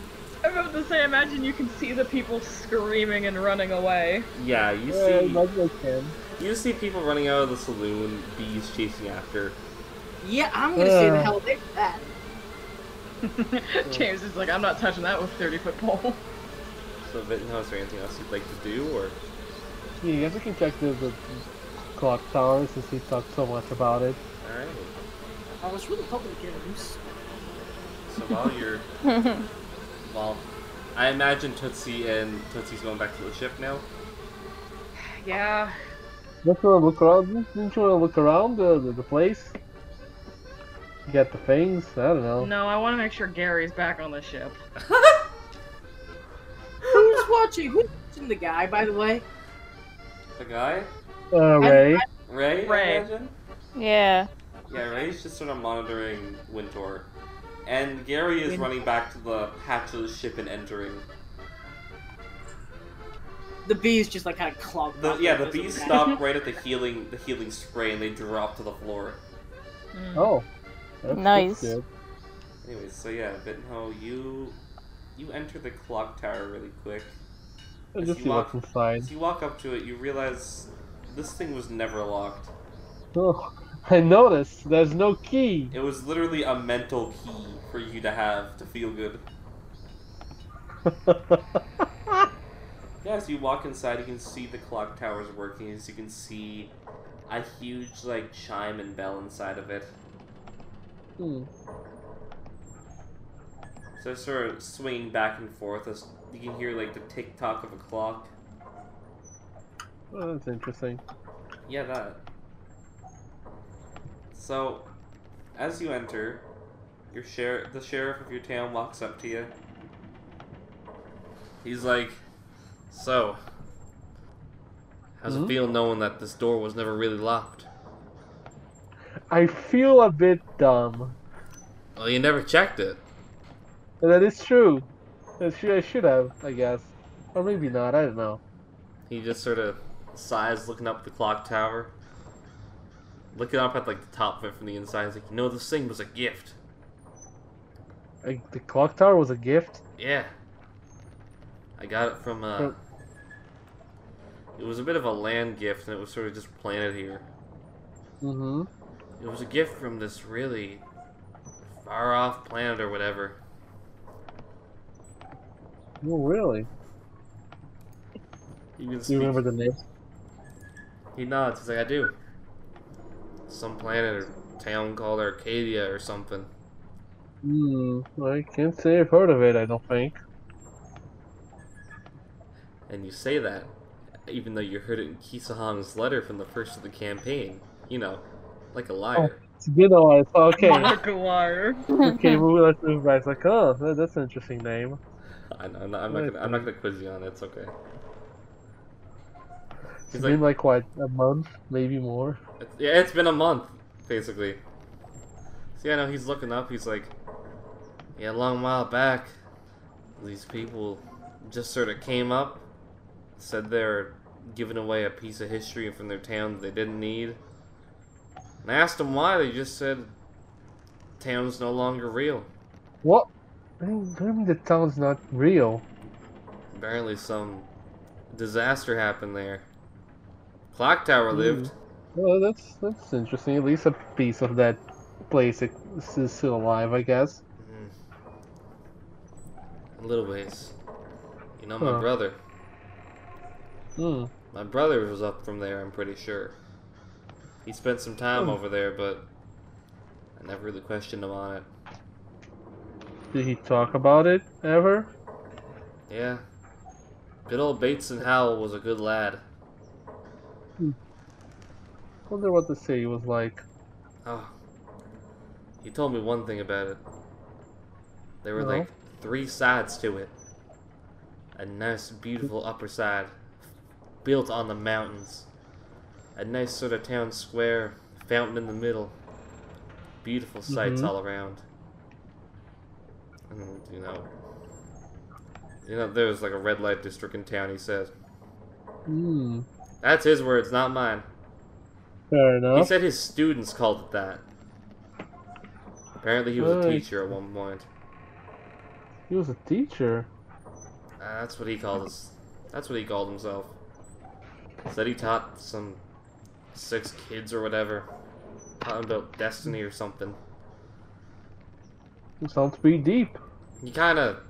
G: I was about to say, I imagine you can see the people screaming and running away.
F: Yeah, you
B: Uh,
F: see,
B: like I can.
F: you see people running out of the saloon, bees chasing after.
E: Yeah, I'm gonna see the
B: Uh.
E: hell they that.
G: James is like, I'm not touching that with 30 foot pole.
F: So, Vittenhouse, is there anything else you'd like to do, or
B: Yeah, you guys can check the, the clock tower since he talked so much about it.
F: all right?
E: I was really hoping to get a loose.
F: So while you're, well, I imagine Tootsie and Tootsie's going back to the ship now.
G: Yeah.
B: Just wanna look around. Didn't you wanna look around the, the, the place? Get the things. I don't know.
G: No, I want to make sure Gary's back on the ship.
E: Who's watching? Who's watching the guy, by the way?
F: The guy,
B: Uh, Ray.
F: Ray. I
G: Ray.
F: imagine?
D: Yeah.
F: Yeah, Ray's just sort of monitoring Winter, and Gary is
E: Win-
F: running back to the hatch of the ship and entering.
E: The bees just like kind of clogged
F: The,
E: up.
F: yeah, the
E: Doesn't
F: bees
E: matter.
F: stop right at the healing the healing spray, and they drop to the floor.
B: oh. That's- that's
D: Nice.
B: good.
F: Anyways, so yeah, Vittenho, you you enter the clock tower really quick.
B: I'll
F: If
B: just
F: you
B: see what's
F: want-
B: inside.
F: As you walk up to it, you realize this thing was never locked.
B: Oh, I noticed. There's no key.
F: It was literally a mental key for you to have to feel good. Yeah, as you walk inside, you can see the clock tower's working. As you can see a huge like chime and bell inside of it.
B: Hmm.
F: So it's sort of swinging back and forth as you can hear like the tick tock of a clock.
B: Oh, that's interesting.
F: Yeah, that. So, as you enter, your sheriff, the sheriff of your town, walks up to you. He's like, "So, how's
B: Hmm?
F: it feel knowing that this door was never really locked?
B: I feel a bit dumb.
F: Well, you never checked it.
B: That is true. That sh- I should have, I guess. Or maybe not, I don't know.
F: He just sort of sighs, looking up at the clock tower, looking up at like the top of it from the inside. He's like, "You know, this thing was a gift.
B: Like, the clock tower was a gift?
F: Yeah. I got it from uh
B: From-
F: It was a bit of a land gift and it was sort of just planted here.
B: Mm-hmm.
F: It was a gift from this really far off planet or whatever.
B: Oh, really?
F: You can
B: Do you remember the name?
F: He nods, he's like, I do. Some planet or town called Arcadia or something.
B: Hmm, I can't say I've heard of it, I don't think.
F: And you say that, even though you heard it in Kisahang's letter from the first of the campaign. You know, like a liar.
B: You know what? Okay,
G: Markiplier.
B: okay, moving let's move back. It's like, oh, that- that's an interesting name.
F: I know, I'm not, I'm not, gonna, I'm not gonna quiz you on it, it's okay.
B: It's
F: He's
B: been like, what, a month? Maybe more?
F: It's- Yeah, it's been a month, basically. See, I know he's looking up. He's like, yeah, a long while back, these people just sort of came up, said they're giving away a piece of history from their town that they didn't need. And I asked them why. They just said, town's no longer real.
B: What? I mean, I mean the town's not real.
F: Apparently, some disaster happened there. Clock Tower lived.
B: Well, that's that's interesting. At least a piece of that place is is still alive, I guess.
F: Mm. A little ways. You know, my
B: Huh.
F: brother.
B: Hmm.
F: My brother was up from there, I'm pretty sure. He spent some time
B: Hmm.
F: over there, but I never really questioned him on it.
B: Did he talk about it ever?
F: Yeah.
A: Good old Bates and Howell was a good lad.
B: Wonder what the city was like.
A: Oh. He told me one thing about it. There were
B: Oh.
A: like three sides to it. A nice, beautiful upper side, built on the mountains. A nice sort of town square, fountain in the middle. Beautiful sights
B: Mhm.
A: all around. And, you know, you know, there was like a red light district in town. He says
B: Hmm.
A: that's his words, not mine.
B: Fair
A: He
B: enough.
A: said his students called it that. Apparently, he was a
B: Right.
A: teacher at one point.
B: He was a teacher.
A: Uh, that's what he called us. That's what he called himself. Said he taught some six kids or whatever. Taught 'em about destiny or something.
B: He sounds pretty deep.
A: You kind of,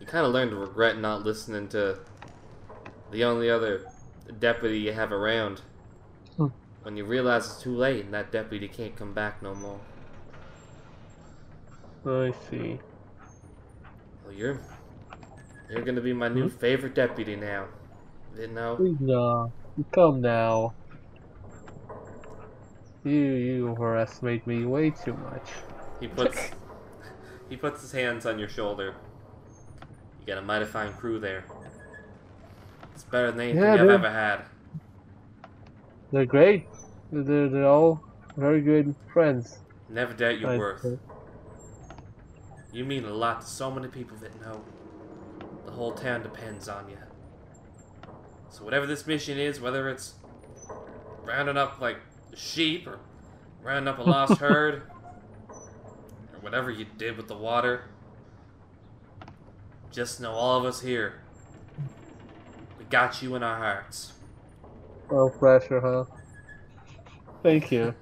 A: you kind of learn to regret not listening to the only other deputy you have around.
B: Hmm.
A: When you realize it's too late and that deputy can't come back no more.
B: I see.
A: Well, you're, you're gonna be my new favorite deputy now. Didn't know.
B: Please, no. Come now. You you overestimate me way too much.
A: He puts he puts his hands on your shoulder. You got a mighty fine crew there. It's better than anything
B: Yeah,
A: I've
B: dude.
A: ever had.
B: They're great. They're, they're all very good friends.
A: Never doubt your
B: I'd
A: worth.
B: say.
A: You mean a lot to so many people that know. The whole town depends on you. So whatever this mission is, whether it's rounding up like sheep or rounding up a lost herd or whatever you did with the water, just know all of us here. We got you in our hearts.
B: No pressure, Oh, huh? Thank you.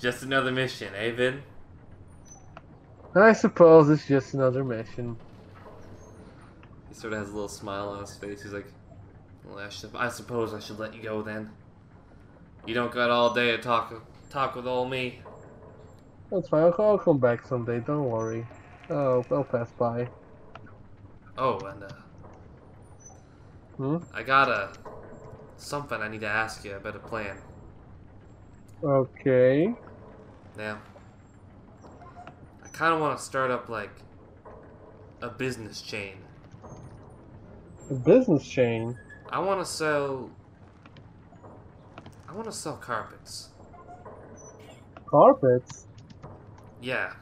A: Just another mission, eh, Vin?
B: I suppose it's just another mission.
A: He sort of has a little smile on his face. He's like, well, I, should, I suppose I should let you go then. You don't got all day to talk talk with old me.
B: That's fine. I'll, I'll come back someday. Don't worry. Oh, I'll pass by.
A: Oh, and uh,
B: Hmm?
A: I got a something I need to ask you about a plan.
B: Okay.
A: Now, I kind of want to start up like a business chain.
B: A business chain.
A: I want to sell. I want to sell carpets.
B: Carpets.
A: Yeah.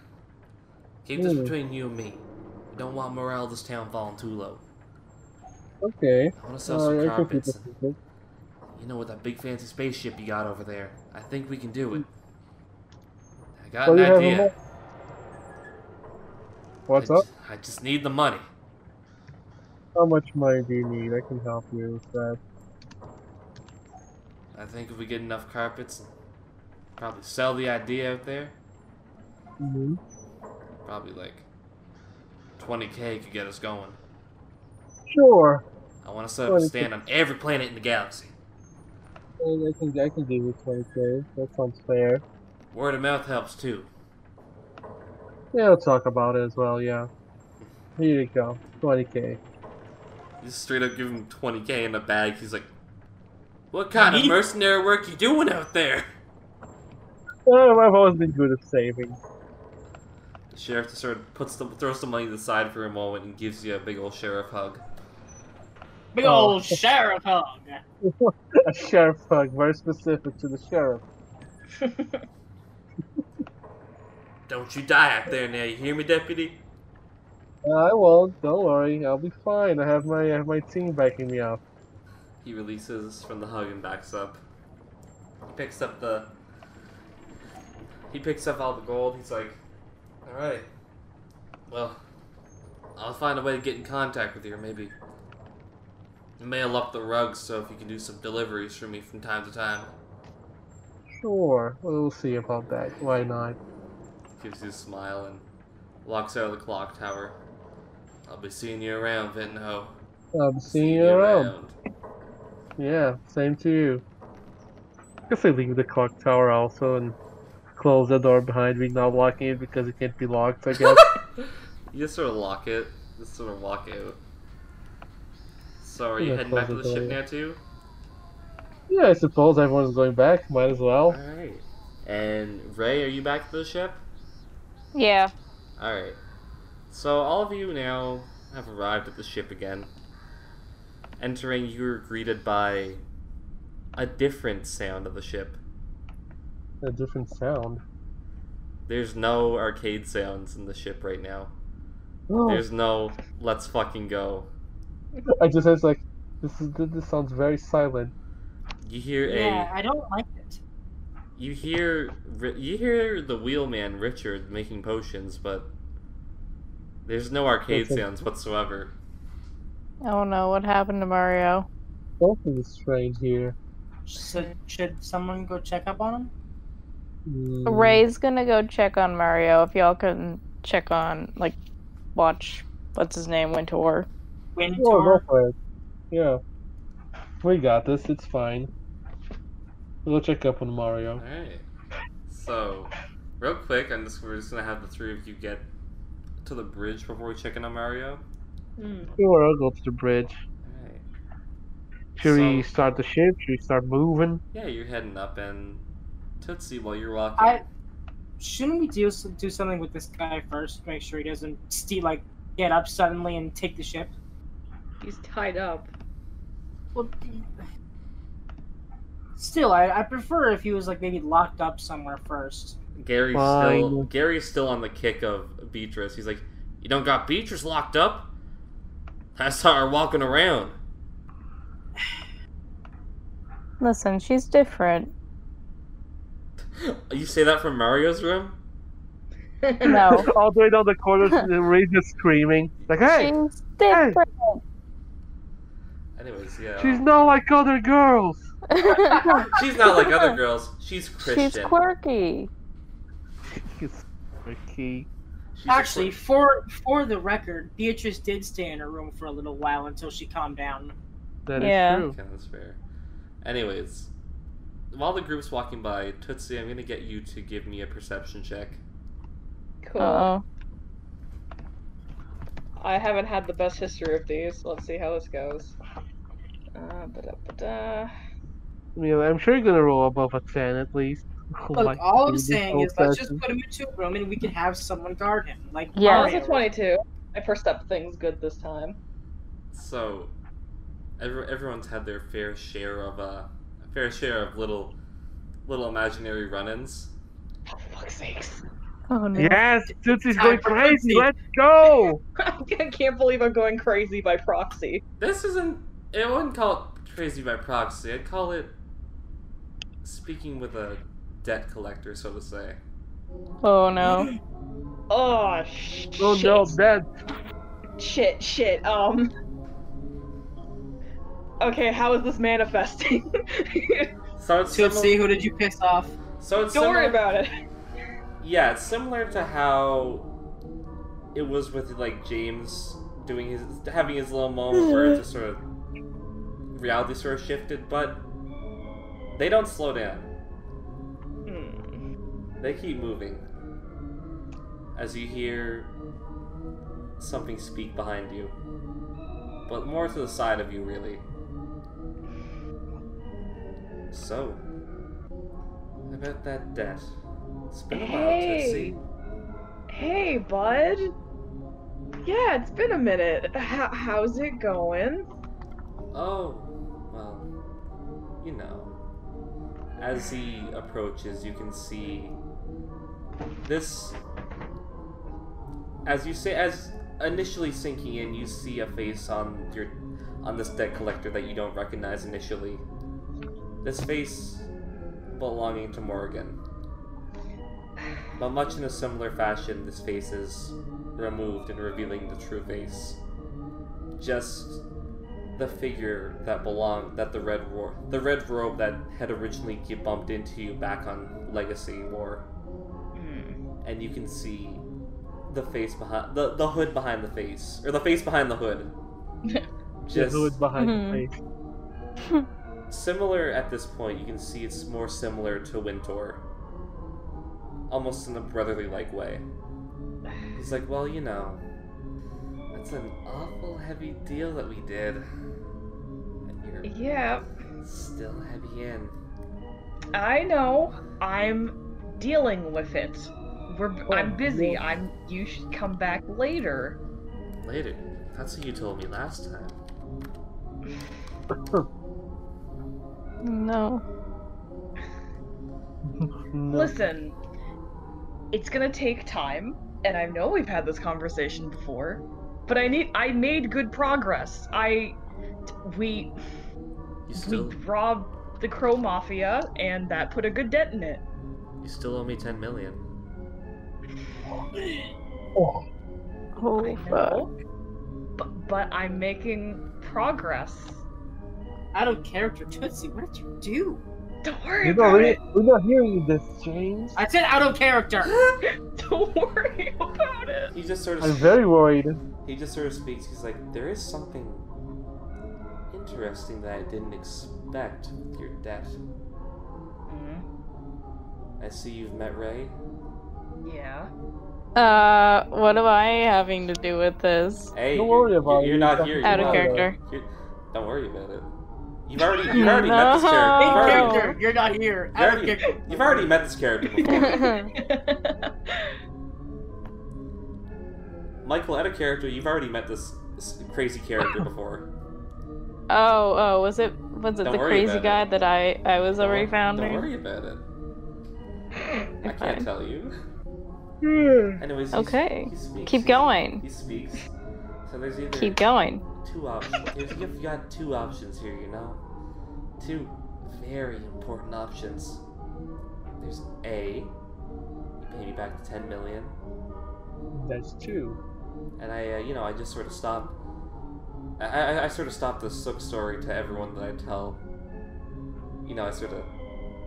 A: Keep this
B: Hmm.
A: between you and me. I don't want morale of this town falling too low.
B: Okay.
A: I want to sell
B: Uh,
A: some
B: I can keep
A: carpets.
B: it
A: and,
B: secret.
A: you know, with that big fancy spaceship you got over there, I think we can do it. I got
B: Well,
A: an
B: you have a
A: idea.
B: What's
A: I,
B: up?
A: ju- I just need the money.
B: How much money do you need? I can help you with that.
A: I think if we get enough carpets, and probably sell the idea out there.
B: hmm
A: Probably like 20k could get us going.
B: Sure.
A: I want to set up a
B: 20K.
A: stand on every planet in the galaxy.
B: And I can I can give you twenty k. That sounds fair.
A: Word of mouth helps too.
B: Yeah, I'll talk about it as well. Yeah. Here you go. Twenty k.
A: You just straight up give him 20k in a bag. He's like, "What kind of mercenary work you doing out there?"
B: Oh, I've always been good at saving.
A: The sheriff just sort of puts the, throws the money to the side for a moment and gives you a big old sheriff hug.
E: Big
B: Oh.
E: old sheriff hug.
B: A sheriff hug, very specific to the sheriff.
A: Don't you die out there now, you hear me, deputy?
B: I won't. Uh, Don't worry. I'll be fine. I have my I have my team backing me up.
A: He releases from the hug and backs up. He picks up the. He picks up all the gold. He's like, alright. Well, I'll find a way to get in contact with you, or maybe mail up the rugs so if you can do some deliveries for me from time to time.
B: Sure. We'll see about that. Why not?
A: gives you a smile and walks out of the clock tower. I'll be seeing you around, Vinho.
B: I'm seeing Um, you around. Yeah, same to you. I guess I leave the clock tower also and close the door behind me, not locking it because it can't be locked, I guess.
A: You just sort of lock it. Just sort of walk out.
F: So are you
B: Yeah,
F: heading back to the
B: close the
F: ship
B: door.
F: now too?
B: Yeah, I suppose everyone's going back. Might as well.
F: Alright. And Ray, are you back to the ship?
D: Yeah.
F: Alright. So all of you now have arrived at the ship again. Entering, you are greeted by a different sound of the ship.
B: A different sound.
F: There's no arcade sounds in the ship right now.
B: Oh,
F: There's no let's fucking go.
B: I just was like, this is this sounds very silent.
F: You hear a
E: Yeah, I don't like it.
F: you hear Ri- you hear the wheelman Richard making potions, but there's no arcade
B: Okay.
F: sounds whatsoever.
D: Oh no, what happened to Mario?
B: Something is strange here.
E: So, should someone go check up on him?
F: Hmm.
B: Mm,
D: Ray's gonna go check on Mario if y'all can check on, like, watch what's his name, Wintour.
E: Wind
B: Oh, go
E: tour?
B: for it. Yeah. We got this. It's fine. We'll check up on Mario.
F: Alright. So, real quick, I'm just, we're just gonna have the three of you get to the bridge before we check in on Mario.
B: Sure, I'll go to the bridge.
F: Alright.
B: Should we
F: So-
B: start the ship? Should we start moving?
F: Yeah, you're heading up, and Tootsie, while you're walking,
E: I shouldn't we do s- do something with this guy first? Make sure he doesn't steal, like get up suddenly and take the ship.
H: He's tied up.
E: Well, still, I, I prefer if he was like maybe locked up somewhere first.
F: Gary's still
B: Fine.
F: Gary's still on the kick of Beatrice. He's like, "You don't got Beatrice locked up? I saw her walking around."
D: Listen, she's different.
F: You say that from Mario's room?
D: No.
B: All the way down the corridor, Ray's just screaming. Like, hey,
D: She's different.
F: Anyways, yeah.
B: she's not like other girls.
F: She's not like other girls. She's Christian.
D: she's quirky.
B: It's tricky.
F: She's a
E: Actually,
F: quir-
E: for for the record, Beatrice did stay in her room for a little while until she calmed down.
B: That is
D: Yeah.
B: true.
F: Okay, that's fair. Anyways, while the group's walking by, Tootsie, I'm gonna get you to give me a perception check.
H: Cool.
D: Uh
H: I haven't had the best history of these. Let's see how this goes. Uh, ba-da-ba-da.
B: I mean, I'm sure you're gonna roll above a 10 at least. Oh my
E: Look, all I'm
B: goodness,
E: saying
B: old
E: is let's just
B: fashioned.
E: put him into a room and we can have someone guard him. Like
D: Yeah.
H: That was Oh, a
E: Mario.
H: 22. I first up things good this time.
F: So, every, everyone's had their fair share of uh, a fair share of little, little imaginary run-ins.
H: For fuck's sakes.
D: oh no.
B: Yes, Tootsie's
E: Time
B: going
E: for
B: crazy.
E: Tootsie.
B: Let's go.
H: I can't believe I'm going crazy by proxy.
F: This isn't. I wouldn't call it crazy by proxy. I'd call it speaking with a debt collector, so to say.
D: Oh no.
H: Oh, sh-
B: Oh
H: shit.
B: no, that
H: Shit, shit. Um. Okay, how is this manifesting?
F: So it's
E: to
F: similar.
E: see who did you piss off?
F: So it's
H: Don't worry
F: similar-
H: about it.
F: Yeah, it's similar to how it was with like James doing his having his little moment where it just sort of reality sort of shifted, but they don't slow down.
H: Hmm.
F: They keep moving. As you hear something speak behind you. But more to the side of you really. So about that debt. It's been a while,
H: Hey.
F: Tootsie.
H: Hey, bud. Yeah, it's been a minute. How how's it going?
F: Oh, well, you know. As he approaches, you can see this. As you say, as initially sinking in, you see a face on your on this debt collector that you don't recognize initially. This face belonging to Morgan. But much in a similar fashion, this face is removed and revealing the true face. Just the figure that belonged that the red war the red robe that had originally get bumped into you back on legacy war and you can see the face behind the, the hood behind the face or the face behind the hood
B: just
F: just
B: who is behind
D: Mhm.
B: the
E: Mm-hmm.
B: face.
F: similar at this point you can see it's more similar to winter almost in a brotherly like way he's like well you know that's an awful heavy deal that we did here.
H: Yeah,
F: Still heavy in.
C: I know. I'm dealing with it. We're, I'm busy. I'm. You should come back later.
F: Later. That's what you told me last time.
D: No.
C: Listen, it's gonna take time, and I know we've had this conversation before, but I need. I made good progress. I. We.
F: You
C: We
F: still
C: robbed the Crow Mafia, and that put a good dent in it.
F: you still owe me ten million.
D: Oh, fuck.
C: But, but I'm making progress.
E: Out of character, Tootsie. What did you do?
C: Don't worry
B: We
C: about
B: don't, really,
C: it.
B: we don't hear you this, James.
E: I said out of character.
C: Don't worry about it.
F: He just sort of
B: I'm very worried.
F: he just sort of speaks. He's like, there is something interesting that I didn't expect with your death.
C: Mm,
F: I see you've met Ray.
C: Yeah.
D: Uh, what am I having to do with this?
F: Hey,
B: Don't
F: you're-
B: worry about
F: you're,
B: it.
F: you're not here. You're
D: Out of
F: not-
D: character.
F: you're- don't worry about it. You've already you've already met this
D: No.
E: In
F: character. You've already,
D: no.
E: character, you're not here.
F: you've
E: Out of
F: already,
E: character.
F: you've already met this character before. Michael, out of character, you've already met this, this crazy character before.
D: Oh, oh, was it was it
F: Don't
D: the
F: worry
D: crazy
F: about
D: guy
F: it.
D: that I I was
F: Don't
D: already
F: wor-
D: founding?
F: Don't worry about it. I can't
D: Fine.
F: tell you.
D: Hmm.
F: Anyways, he s-
D: Okay.
F: He speaks.
D: Keep
F: He-
D: going.
F: He speaks. So there's either
D: Keep going.
F: two options. There's, you've got two options here, you know? Two very important options. There's A, you pay me back the 10 million,
B: That's true.
F: and I, uh, you know, I just sort of stop. I, I, I sort of stop the Sook story to everyone that I tell. You know, I sort of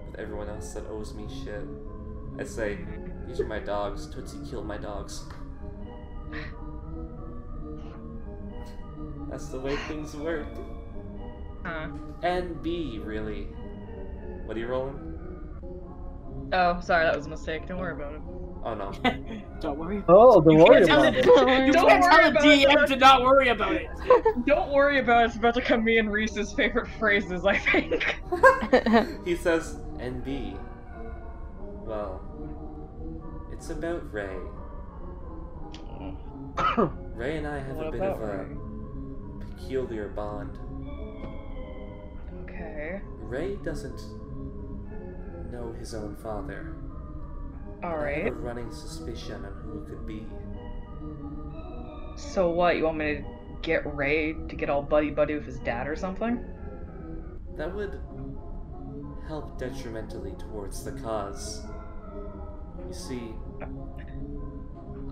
F: with everyone else that owes me shit. I say, these are my dogs. Tootsie killed my dogs. That's the way things work.
C: Huh.
F: And B, really. What are you rolling?
C: Oh, sorry, that was a mistake. Don't worry about it.
F: Oh no.
E: Don't worry.
B: Oh, don't
E: You
B: worry
E: can't tell
B: about
E: the-
B: it.
E: You
C: Don't
E: can't
C: worry
E: tell the
C: about
E: DM
C: it.
E: to not worry about it.
C: Don't worry about it. It's about to come me and Reese's favorite phrases, I think.
D: Oh,
F: he says, and B. Well, it's about Ray. Ray and I have a
C: What
F: bit
C: about
F: of a peculiar bond.
C: Okay.
F: Ray doesn't know his own father. and I have
C: Alright.
F: a running suspicion on who it could be.
C: So what? You want me to get Ray to get all buddy buddy with his dad or something?
F: That would help detrimentally towards the cause. You see.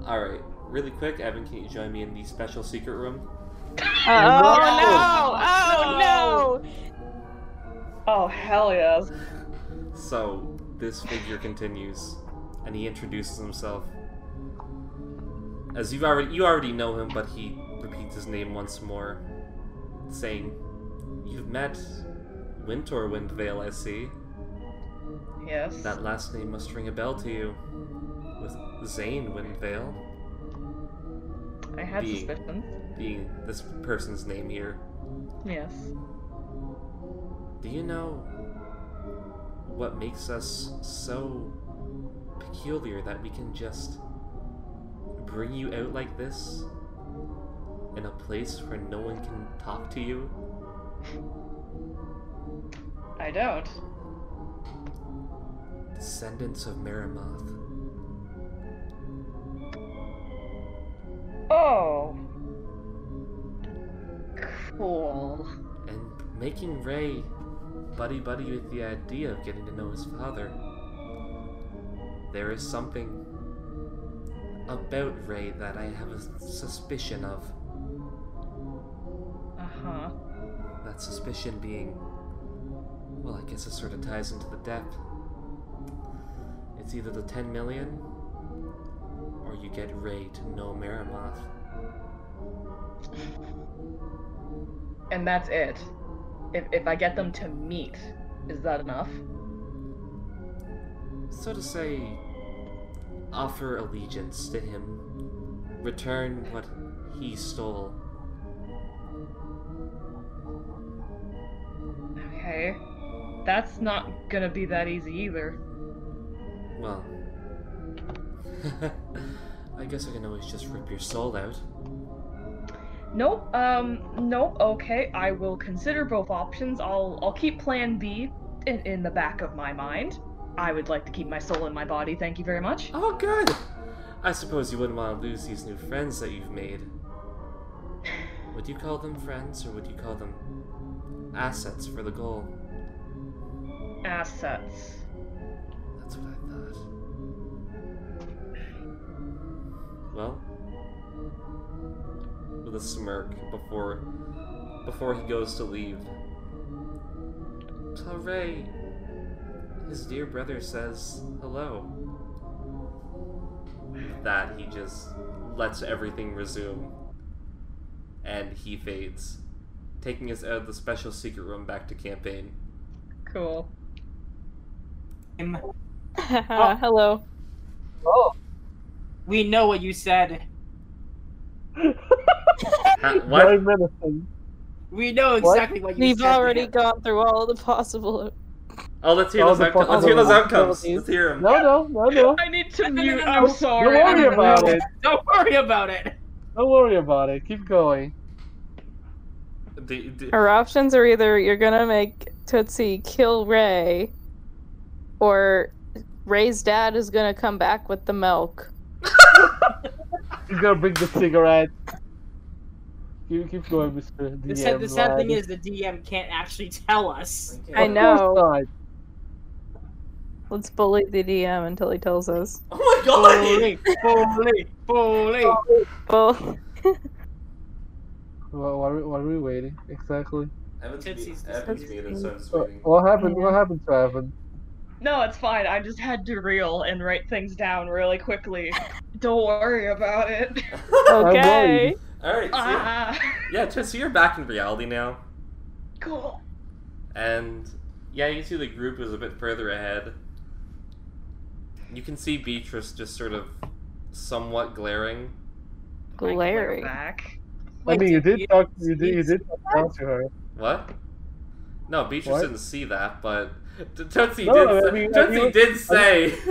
F: Alright, really quick, Evan, can you join me in the special secret room?
D: oh no! Oh no!
C: Oh, hell yes.
F: So, this figure continues, and he introduces himself. As you've already you already know him, but he repeats his name once more, saying, "You've met Winter Windvale, I see.
C: Yes.
F: That last name must ring a bell to you, with Zane Windvale
C: I had
F: the-
C: suspicions.
F: being this person's name here.
C: Yes.
F: Do you know what makes us so peculiar that we can just bring you out like this in a place where no one can talk to you?
C: I don't.
F: Descendants of Merimoth.
C: Oh. Cool.
F: And making Ray buddy buddy with the idea of getting to know his father. There is something about Ray that I have a suspicion of.
C: Uh huh.
F: That suspicion being. Well, I guess it sort of ties into the debt. It's either the 10 million, or you get Ray to know Merimoth.
C: And that's it. If, if I get them to meet, is that enough?
F: So to say, offer allegiance to him, return what he stole.
C: Okay. That's not gonna be that easy either.
F: Well, I guess I can always just rip your soul out.
C: Nope. Um. Nope. Okay. I will consider both options. I'll I'll keep Plan B in, in the back of my mind. I would like to keep my soul in my body. Thank you very much.
F: Oh, good. I suppose you wouldn't want to lose these new friends that you've made. Would you call them friends, or would you call them assets for the goal?
C: Assets.
F: That's what I thought. Well, with a smirk before before he goes to leave. Tell Ray, his dear brother says hello. With that he just lets everything resume, and he fades, taking us out of the special secret room back to campaign.
C: Cool.
E: Him.
D: Haha, Hello.
E: Oh. We know what you said.
F: Ha-
B: Very
F: what?
B: menacing.
E: We know
B: What?
E: exactly what, you
D: We've
E: said.
D: already gone through all the possible.
F: Oh, let's hear
B: All
F: those.
B: the
F: Outco- let's
B: possible
F: hear those outcomes.
B: possibilities.
F: Let's hear them.
B: No, no, no, no.
C: I need to
E: no,
C: mute.
E: no, no.
C: I'm sorry.
B: Don't worry
C: I'm
B: about
C: really-
B: it.
E: Don't worry about it.
B: Don't worry about it. Keep going.
F: Do- do-
D: Our options are either you're gonna make Tootsie kill Ray, or Ray's dad is gonna come back with the milk.
B: He's gonna bring the cigarette. Keep, keep going, Mr.
E: The
B: DM.
E: sad, the sad thing
B: lad.
E: is the DM can't actually tell us.
F: Okay.
D: I
B: Of course
D: know.
B: not.
D: Let's bully the DM until he tells us.
F: Oh my god!
E: Holy, holy, holy.
D: Oh, Bull-
B: Wha- What, are we- what are we waiting? Exactly.
F: Evan's
E: Tootsie's
F: mute-
E: just-
F: Evan's muted, so I'm just
B: What,
F: waiting.
B: what happened? What happened to Evan?
C: No, it's fine. I just had to reel and write things down really quickly. Don't worry about it.
D: okay.
F: Alright, so-
C: Ah,
F: yeah, Chess, so you're back in reality now.
C: cool.
F: And yeah, you can see the group is a bit further ahead. You can see Beatrice just sort of somewhat glaring.
C: I glare
D: Glaring.
C: back.
B: I mean, you did
E: you-
B: talk. You did. You
E: you-
B: did talk down to her.
F: What? No, Beatrice
B: What?
F: didn't see that, but T- Tootsie
B: No,
F: did.
B: I
F: sa-
B: mean- I
F: Tootsie
B: mean-
F: did say.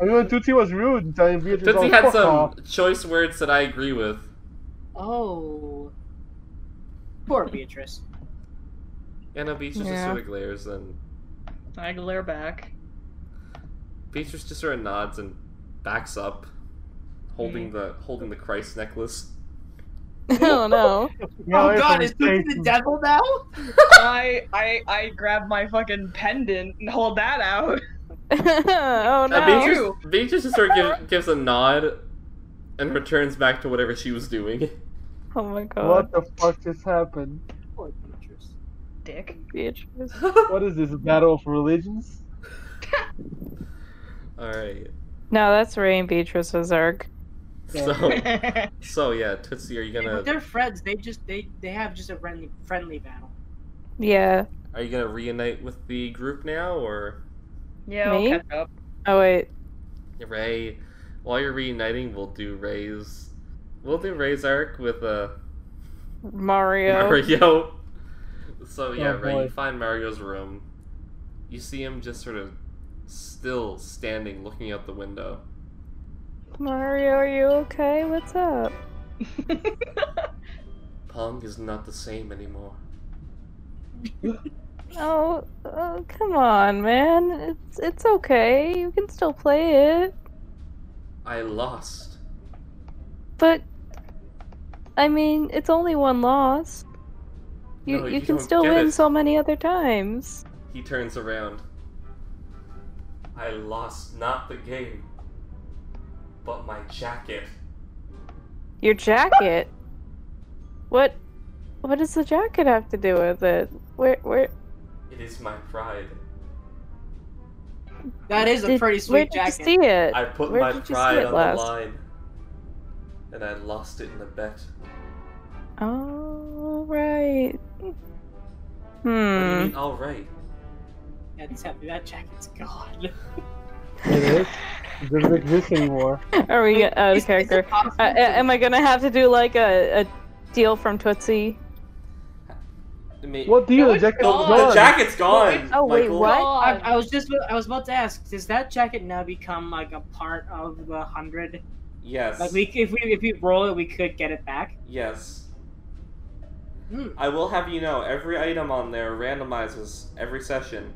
B: I mean, Tutti was rude and telling Beatrice
F: Tootsie
B: all,
F: had
B: "Fuck
F: some
B: off."
F: choice words that I agree with.
E: Oh. Poor Beatrice.
F: Yeah, no, Beatrice just
D: Yeah.
F: sort of glares, and
C: I glare back.
F: Beatrice just sort of nods and backs up, holding the holding the Christ necklace.
D: oh no.
B: Now
E: oh god,
B: everything's
E: is Tootsie the
B: taken.
E: devil now?
C: I I I grab my fucking pendant and hold that out.
D: oh
F: Uh,
D: no.
F: Beatrice, Beatrice just sort of give, gives a nod and returns back to whatever she was doing.
D: Oh my god.
B: What the fuck just happened?
E: Poor Beatrice.
C: Dick.
D: Beatrice.
B: What is this a battle of religions?
F: Alright.
D: No, that's Ray and Beatrice's arc.
F: So, so yeah, Tootsie, are you
E: But
F: gonna
E: They're friends. They just they they have just a friendly friendly battle.
D: Yeah.
F: are you gonna reunite with the group now, or
C: yeah, I'll
D: Me?
C: catch up.
D: Oh wait.
F: Ray? While you're reuniting, we'll do Ray's we'll do Ray's arc with uh,
D: Mario.
F: Mario. So yeah,
B: Oh,
F: Ray, you
B: boy.
F: find Mario's room. You see him just sort of still standing, looking out the window.
D: Mario, are you okay? What's up?
F: Pong is not the same anymore.
D: Oh, oh come on, man. It's it's okay. You can still play it.
F: I lost.
D: But I mean, it's only one loss. You
F: No,
D: you,
F: you
D: can
F: don't
D: still
F: get
D: win
F: it.
D: so many other times.
F: He turns around. I lost not the game, but my jacket.
D: Your jacket. what what does the jacket have to do with it? Where where
F: It is my pride.
E: That is a
D: did-
E: pretty
D: where
E: sweet
D: did
E: jacket.
D: you see it?
F: I put
D: Where
F: my
D: did you see
F: pride
D: it
F: on
D: last?
F: the line, and I lost it in a bet.
D: Oh right.
F: What do you
D: Hmm.
F: mean, all right?
E: That's happy. That jacket's gone.
B: It is. It doesn't exist anymore.
D: Are we gonna- out of
E: Is- is it
D: character?
E: possible
D: Uh,
E: to-
D: am I gonna have to do like a, a deal from Tootsie?
F: mean,
B: What do you?
C: No,
B: the
C: it's
B: jacket
C: gone.
B: was
F: the jacket's gone.
D: Oh wait,
F: Michael.
D: what?
E: I, I was just I was about to ask, does that jacket now become like a part of the hundred?
F: Yes.
E: Like we if we if we roll it we could get it back.
F: Yes.
E: Hmm.
F: I will have you know, every item on there randomizes every session.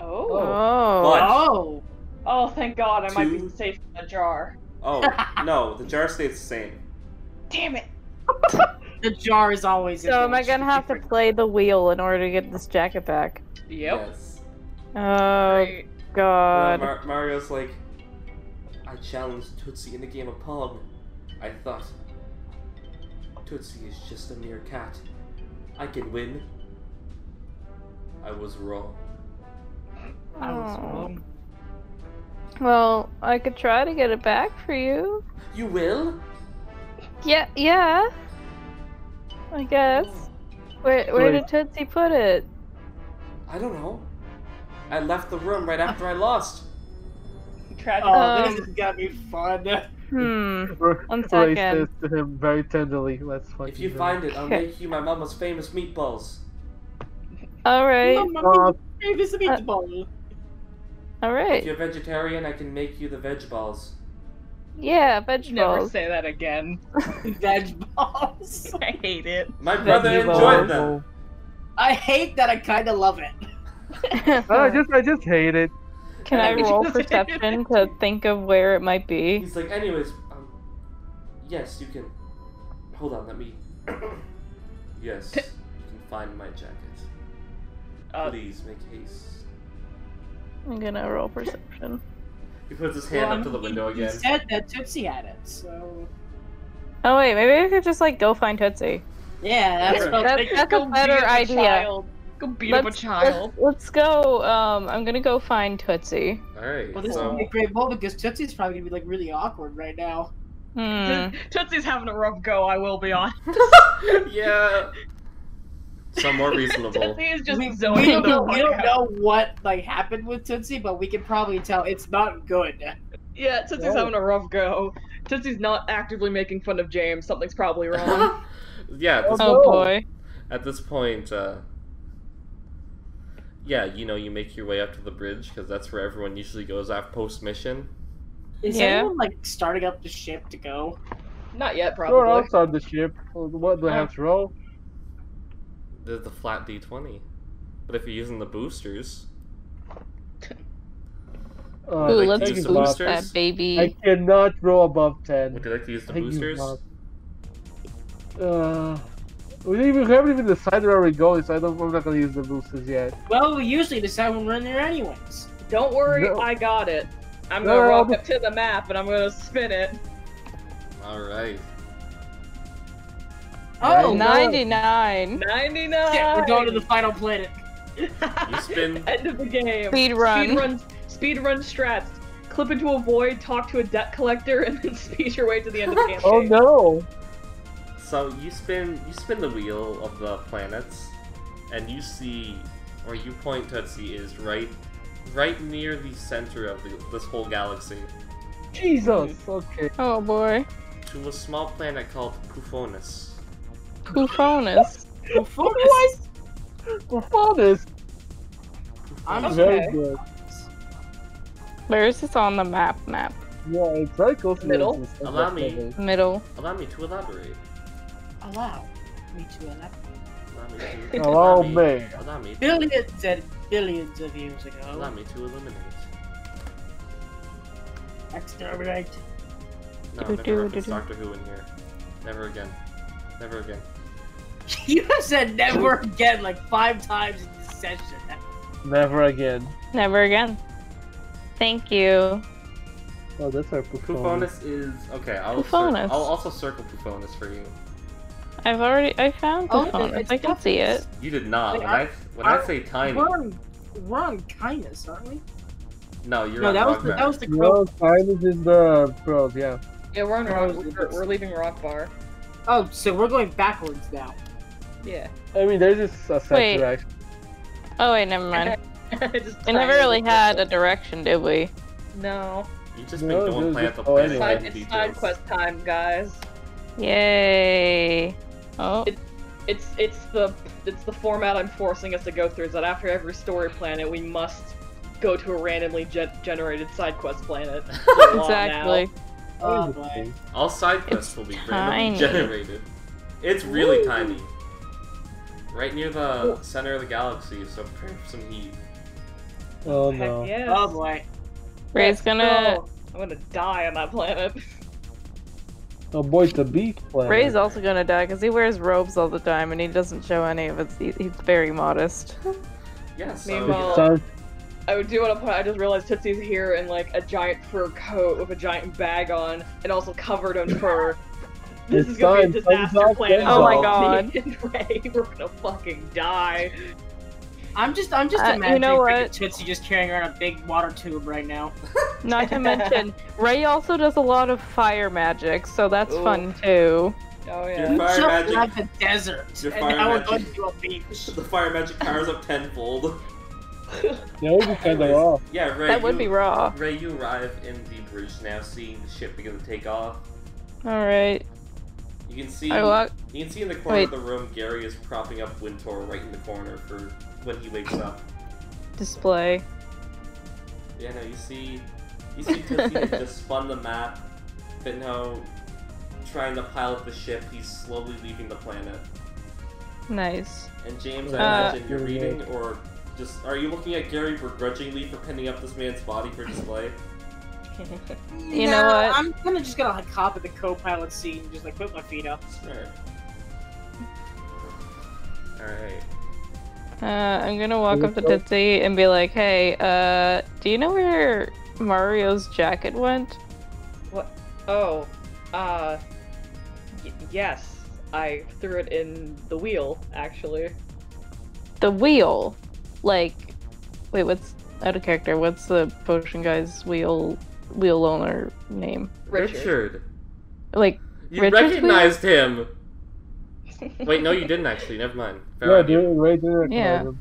C: Oh.
D: Oh.
F: But-
E: Oh.
C: Oh, thank God, I might
F: Two.
C: be safe in the jar.
F: Oh no, the jar stays the same.
C: Damn it.
E: The jar is always in
D: So
E: there,
D: am I
E: which
D: gonna
E: is
D: have to
E: different.
D: play the wheel in order to get this jacket back?
C: Yep.
F: Yes.
D: Oh
C: Great.
F: And
D: god.
F: Mar- Mario's like, I challenged Tootsie in a game of Pong. I thought Tootsie is just a mere cat. I can win. I was wrong.
E: I was wrong.
D: Oh. Well, I could try to get it back for you.
F: You will?
D: Yeah, yeah. I guess. Where where did Tootsie put it?
F: I don't know. I left the room right after I lost.
C: Tragic.
E: Oh,
D: Um,
E: this is gonna be fun.
D: Hmm.
B: Ra-
D: One
B: Ray
D: second.
B: says to him very tenderly, "Let's fucking."
F: If you
B: go."
F: find it, I'll
D: Okay.
F: make you my mama's famous meatballs.
D: All right. Uh,
B: Uh,
E: Mama, baby, it's a meatball.
D: All
F: If
D: right.
F: you're vegetarian, I can make you the veg balls.
D: Yeah,
C: Never
D: vegetables.
C: say that again.
E: Veg balls.
C: I hate it.
F: My brother
B: Veggie balls.
F: enjoyed them.
E: I hate that. I kind of love it.
B: Oh, I just, I just hate it.
D: Can I
C: Never
D: roll
C: say it
D: perception to think of where it might be?
F: He's like, anyways, um, yes, you can. Hold on, let me. yes, you can find my jacket.
C: Uh,
F: Please make haste.
D: I'm gonna roll perception.
F: He puts his hand
E: Well,
F: up to the
E: he-
F: window
E: He
F: again.
E: said that Tootsie had it, so
D: Oh wait, maybe I could just like go find Tootsie.
E: yeah, that's
F: Yeah.
E: what.
D: That-
C: Like,
D: that's
C: go
D: a
C: beat
D: better
C: up a
D: idea.
C: Child. Go beat up a
D: Let's-
C: child.
D: Let's go. Um, I'm gonna go find Tootsie.
F: Alright,
E: Well, this would
F: so.
E: be a great moment because Tootsie's probably gonna be like really awkward right now.
D: Hmm.
C: Tootsie's having a rough go, I will be honest.
F: yeah! Some more reasonable.
C: Tootsie is just
E: we,
C: zoning
E: we don't
C: the
E: know.
C: fuck
E: We don't
C: out.
E: know what like happened with Tootsie, but we can probably tell it's not good.
C: Yeah, Tootsie's
B: No.
C: having a rough go. Tootsie's not actively making fun of James. Something's probably wrong.
F: yeah, at this,
D: Oh boy.
F: at this point, uh. Yeah, you know, you make your way up to the bridge, because that's where everyone usually goes after post mission.
E: Is
D: Yeah.
E: anyone like starting up the ship to go?
C: not yet,
B: You're
C: probably.
B: outside the ship. What do I have to roll?
F: There's the flat d20. But if you're using the boosters,
B: Uh,
D: Ooh,
F: like
B: I
D: let's
F: use
B: think
F: the
B: about-
D: boost
F: booster?
D: that
F: boosters?
B: I
D: baby.
B: cannot roll above ten.
F: would you like to use the
B: I use
F: boosters?
B: not. Uh, we didn't even, we haven't even decided where we're going, so I don't. I'm not gonna use the boosters yet.
E: Well, we usually decide when we're in there anyways.
C: Don't worry,
B: No.
C: I got it. I'm
B: No,
C: gonna
B: I'll
C: walk
B: be-
C: up to the map and I'm gonna spin it.
F: Alright.
E: Oh,
B: Right.
D: Ninety-nine.
C: 99!
E: shit, we're going to the final planet.
F: You spin.
C: End of the game.
D: Speed run.
C: Speed run, speed run strats. Clip into a void, talk to a debt collector, and then speed your way to the end of the game.
B: Oh no!
F: So you spin you spin the wheel of the planets, and you see where you point Tootsie is right right near the center of the, this whole galaxy
B: Jesus. Okay.
D: Oh boy.
F: to a small planet called Pufonus.
D: Bufonus.
E: What?
B: Well, fun is
E: I'm
F: Pufonus.
B: very
C: Okay.
B: good.
D: Where is this on the map? Map
B: Yeah, it's very close to
C: Middle.
B: the entrance.
F: Allow me.
D: middle.
F: Allow me to elaborate.
E: Allow me to elaborate.
F: Allow me to
B: Allow
F: me.
B: me.
F: Allow me. To,
E: Billions and billions of years
F: allow
E: ago,
F: me to eliminate.
E: exterminate.
F: No,
D: Do, do,
F: never reference
D: do, do.
F: Doctor Who in here. Never again. Never again.
E: You have said never again like five times in this session.
B: Never again.
D: Never again. Thank you.
B: Oh, that's our performance.
F: Pufonus is okay. I'll, cir-
D: Pufonus.
F: I'll also circle Pufonus for you.
D: I've already. I found
E: Oh,
D: Bufonus.
E: it's
D: I can see it.
F: You did not.
E: Wait,
F: When
E: I-
F: I, when I,
E: I-
F: say tiny,
E: We're on, we're on kindness, aren't we?
F: no, you're
E: no,
F: on
E: that was
F: Rock
E: the,
F: Band.
E: that was the crow.
B: No, Silas is the bros. Yeah.
C: Yeah, we're on
E: Rock-
C: rock.
E: we're-
C: We're,
E: we're
C: leaving Rock Bar.
E: Oh, so we're going backwards now.
C: Yeah.
B: I mean, there's just a
D: Wait.
B: sector actually.
D: Oh wait, never mind. We
C: we
D: never really had a direction, did we?
C: No.
F: You just
B: No,
F: been
B: dude,
F: going plant
B: just-
F: the
B: oh,
F: planet.
B: anyway.
F: hiding
C: Side, it's
F: details.
C: side quest time, guys.
D: Yay. Oh.
C: It's it's the it's the format I'm forcing us to go through. Is that after every story planet, we must go to a randomly ge- generated side quest planet. Law now.
D: Exactly.
E: Oh, boy.
F: All side quests
D: It's
F: will be
D: tiny.
F: randomly generated. It's really
C: Woo.
F: tiny. Right near the
C: Oh.
F: center of the galaxy, so prepare for some heat.
B: Oh
C: Heck
B: no.
C: yes.
E: Oh, boy.
D: Ray's gonna.
C: No, I'm gonna die on that planet.
B: Oh boy, it's a beak planet.
D: Ray's also gonna die because he wears robes all the time and he doesn't show any of it. He, he's very modest.
F: Yeah,
C: Meanwhile-
F: so
B: It's time-
C: I would do want to point. I just realized Tootsie's here in like a giant fur coat with a giant bag on, and also covered in fur. This
B: It's
C: is gonna
B: time.
C: be a
B: Thumbs
C: disaster
B: up,
C: plan.
B: thumbs Oh
D: my up. God.
C: Me and Ray, we're gonna fucking die.
E: I'm just, I'm just
D: Uh, you
E: imagining
D: know
E: freaking
D: what?
E: Tootsie just carrying around a big water tube right now.
D: Not to mention, Ray also does a lot of fire magic, so that's
C: Ooh.
D: fun too.
C: Oh
F: your
C: yeah.
F: fire
E: just
F: magic,
E: like the desert.
F: your
E: and
F: fire
E: I would go
F: magic-
E: to a beach.
F: the fire magic powers up tenfold.
B: That would be kind of
F: Anyways,
B: off.
F: Yeah, Ray.
D: That would
F: you-
D: be raw.
F: Ray, you arrive in the bridge now, seeing the ship begin to take off.
D: All right.
F: You can see
D: I walk.
F: you can see in the corner of
D: Wait.
F: the room Gary is propping up Wintor right in the corner for when he wakes up.
D: Display.
F: Yeah, no, you see you see Tootsie had just spun the map, Finho trying to pilot the ship, he's slowly leaving the planet.
D: Nice.
F: And James, I
D: Uh,
F: imagine you're reading or just are you looking at Gary begrudgingly for pinning up this man's body for display?
D: Uh, You know what?
E: I'm gonna just gonna like hop at the co-pilot seat and just like put my feet up.
F: Sure. Alright.
D: Uh, I'm gonna walk up to
B: Hello.
D: Tootsie and be like, "Hey, uh, do you know where Mario's jacket went?"
C: Oh, uh, y- yes. I threw it in the wheel, actually.
D: The wheel. Like, wait, what's out of character? What's the potion guy's wheel wheel owner name?
C: Richard.
D: Like,
F: You
D: Richard's wheel?
F: recognized him! Wait, no, you didn't actually. Never mind. Fair
B: Yeah,
F: idea.
B: dude, Ray didn't recognize
D: Yeah.
B: him.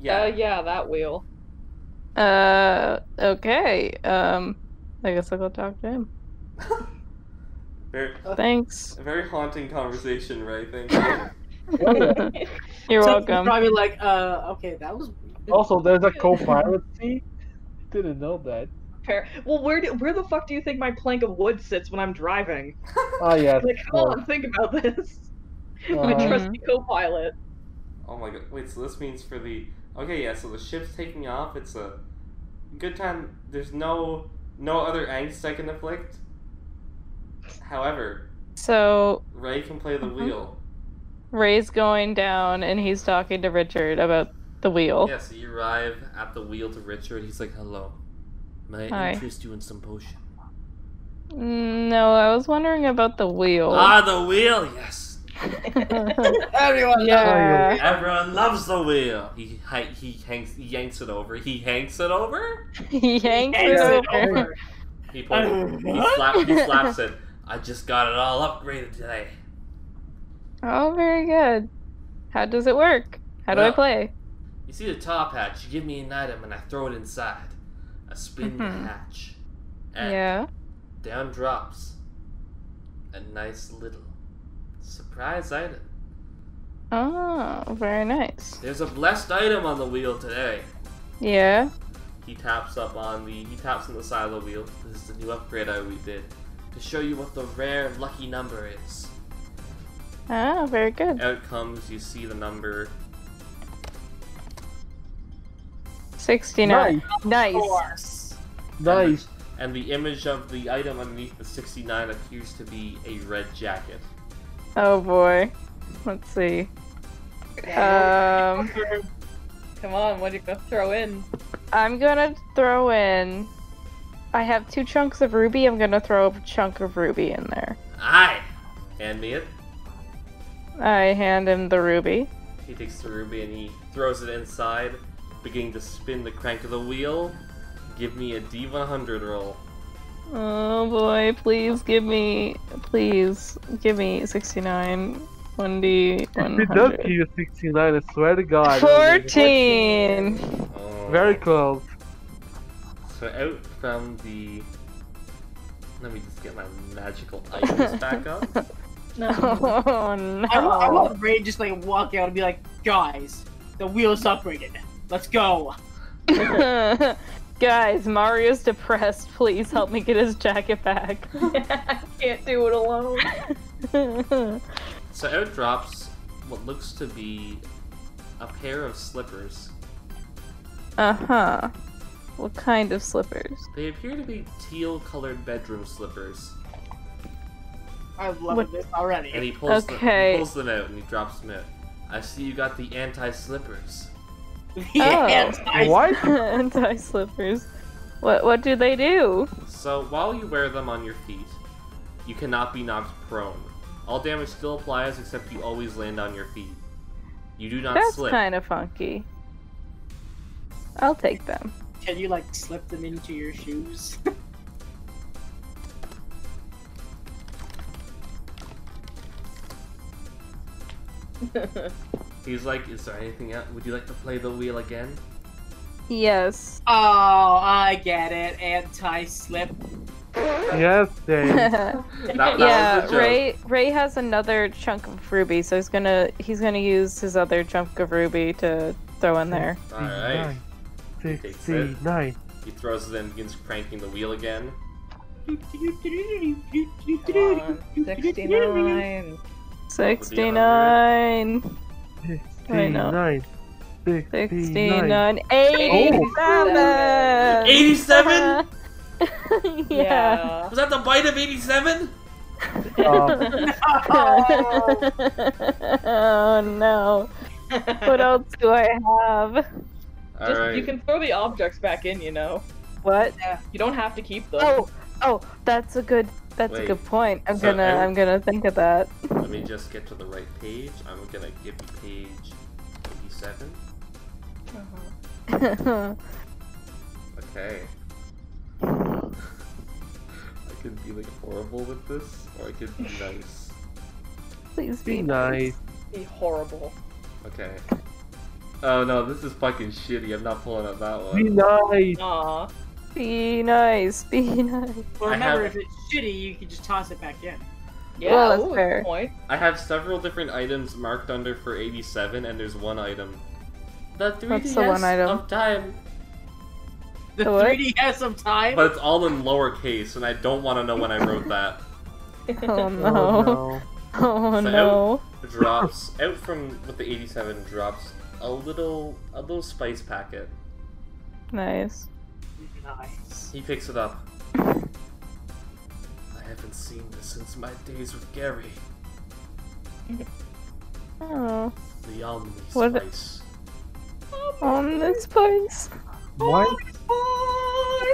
F: Yeah.
C: Uh, yeah, that wheel.
D: uh, okay. Um, I guess I'll go talk to him.
F: Very,
D: Thanks.
F: a very haunting conversation, Ray. Thank you.
D: You're
E: Tootsie
D: welcome.
E: Probably like, uh, okay, that was.
B: Also, there's a co-pilot seat. Didn't know that.
C: Fair. Well, where do, where the fuck do you think my plank of wood sits when I'm driving?
B: Ah, yes.
C: Like, come on, think about this. My
B: Uh-huh.
C: trusty
D: Mm-hmm.
C: co-pilot.
F: oh my god. Wait, so this means for the. Okay, yeah, so the ship's taking off. It's a good time. There's no no other angst I can inflict. However,
D: So
F: Ray can play the
D: Mhm.
F: wheel.
D: Ray's going down, and he's talking to Richard about the wheel.
F: Yeah, so you arrive at the wheel to Richard. He's like, hello. May
D: Hi.
F: I interest you in some potion?
D: No, I was wondering about the wheel.
F: Ah, the wheel! Yes!
E: Everyone,
D: yeah.
F: Everyone loves the wheel! He, hi- he, hangs, he yanks it over. He hanks it over?
D: He yanks it
E: Hangs it
D: over.
E: over.
F: He
E: Uh,
F: pulls. he, slap, he slaps it. I just got it all upgraded today.
D: Oh, very good. How does it work? How do I
F: Well-
D: play?
F: You see the top hatch. You give me an item, and I throw it inside. I spin
D: Mhm.
F: the hatch, and
D: Yeah.
F: down drops a nice little surprise item.
D: Oh, very nice.
F: There's a blessed item on the wheel today.
D: Yeah.
F: He taps up on the he taps on the side of the wheel. This is the new upgrade I we did to show you what the rare lucky number is.
D: Oh, very good.
F: Out comes you see the number
D: 69. Nice.
E: Of course.
B: Nice.
F: and the image of the item underneath the 69 appears to be a red jacket.
D: Oh, boy. Let's see. Um,
C: Come on, what are you gonna throw in?
D: I'm gonna throw in. I have two chunks of ruby. I'm gonna throw a chunk of ruby in there.
F: Aye! Hand me it.
D: I hand him the ruby.
F: He takes the ruby and he throws it inside, beginning to spin the crank of the wheel. Give me a D100 roll.
D: Oh boy, please give me, please give me 69, 1D,
B: He does
D: 100.
B: keep a 69, I swear to God.
D: 14!
F: Oh.
B: Very close.
F: So out from the. Let me just get my magical items back up.
D: Oh no.
E: I want, I want Ray to just like walk out and be like, guys, the wheel's upgraded. Let's go.
D: Guys, Mario's depressed. Please help me get his jacket back.
C: I can't do it alone.
F: So out drops what looks to be a pair of slippers.
D: uh huh. What kind of slippers?
F: They appear to be teal colored bedroom slippers.
E: I love
D: What-
E: this
F: And
E: already.
F: he pulls, them,
D: Okay.
F: he pulls them out and he drops them out. I see you got the anti slippers.
D: Oh,
E: Yes, I-
B: What?
D: Anti slippers. What what do they do?
F: So while you wear them on your feet, you cannot be knocked prone. All damage still applies except you always land on your feet. You do not
D: That's
F: slip.
D: kind of funky. I'll take them.
E: Can you like slip them into your shoes?
F: He's like, is there anything else? Would you like to play the wheel again?
D: Yes.
E: Oh, I get it. Anti-slip.
B: Yes, Dave.
F: That, that
D: yeah,
F: was a joke.
D: Ray Ray has another chunk of ruby, so he's gonna he's gonna use his other chunk of ruby to throw
F: Hmm.
D: in there.
F: Alright. Takes it.
B: 69.
F: He throws it in and begins cranking the wheel again.
C: Sixty-nine.
D: Sixty nine. Why not?
B: 69. 69.
D: 69. 87!
F: 87?
D: Oh. yeah.
F: Was that the bite of 87?
B: Uh,
D: oh no. What else do I have?
C: Just,
F: Alright.
C: You can throw the objects back in, you know.
D: What?
C: You don't have to keep them.
D: Oh, oh, that's a good that's
F: Wait,
D: a good point. I'm
F: so
D: gonna
F: ev-
D: I'm gonna think of that.
F: Let me just get to the right page. I'm gonna give you page 87. Okay. I could be like horrible with this, or I could be nice.
D: Please be
B: be nice.
C: Be horrible.
F: Okay. Oh no, this is fucking shitty. I'm not pulling up that
B: Be
F: one.
B: nice.
C: Aw.
D: be nice, be nice.
E: Well,
F: I
E: remember,
F: have-
E: if it's shitty, you can just toss it back in.
C: Yeah.
D: Well, that's
C: ooh, good
D: fair.
C: Point.
F: I have several different items marked under for 87, and there's one item. The 3DS
D: What's the one item?
F: of time.
E: The
D: The what?
E: 3DS of time.
F: But it's all in lowercase, and I don't want to know when I wrote that.
D: Oh
B: Oh,
D: no.
B: no.
D: Oh
F: So-
D: no.
F: Drops out from with the 87 drops a little a little spice packet.
D: Nice.
E: Nice.
F: He picks it up. I haven't seen this since my days with Gary.
D: Oh.
F: The Omni
D: What-
F: Spice.
D: On this place.
B: What?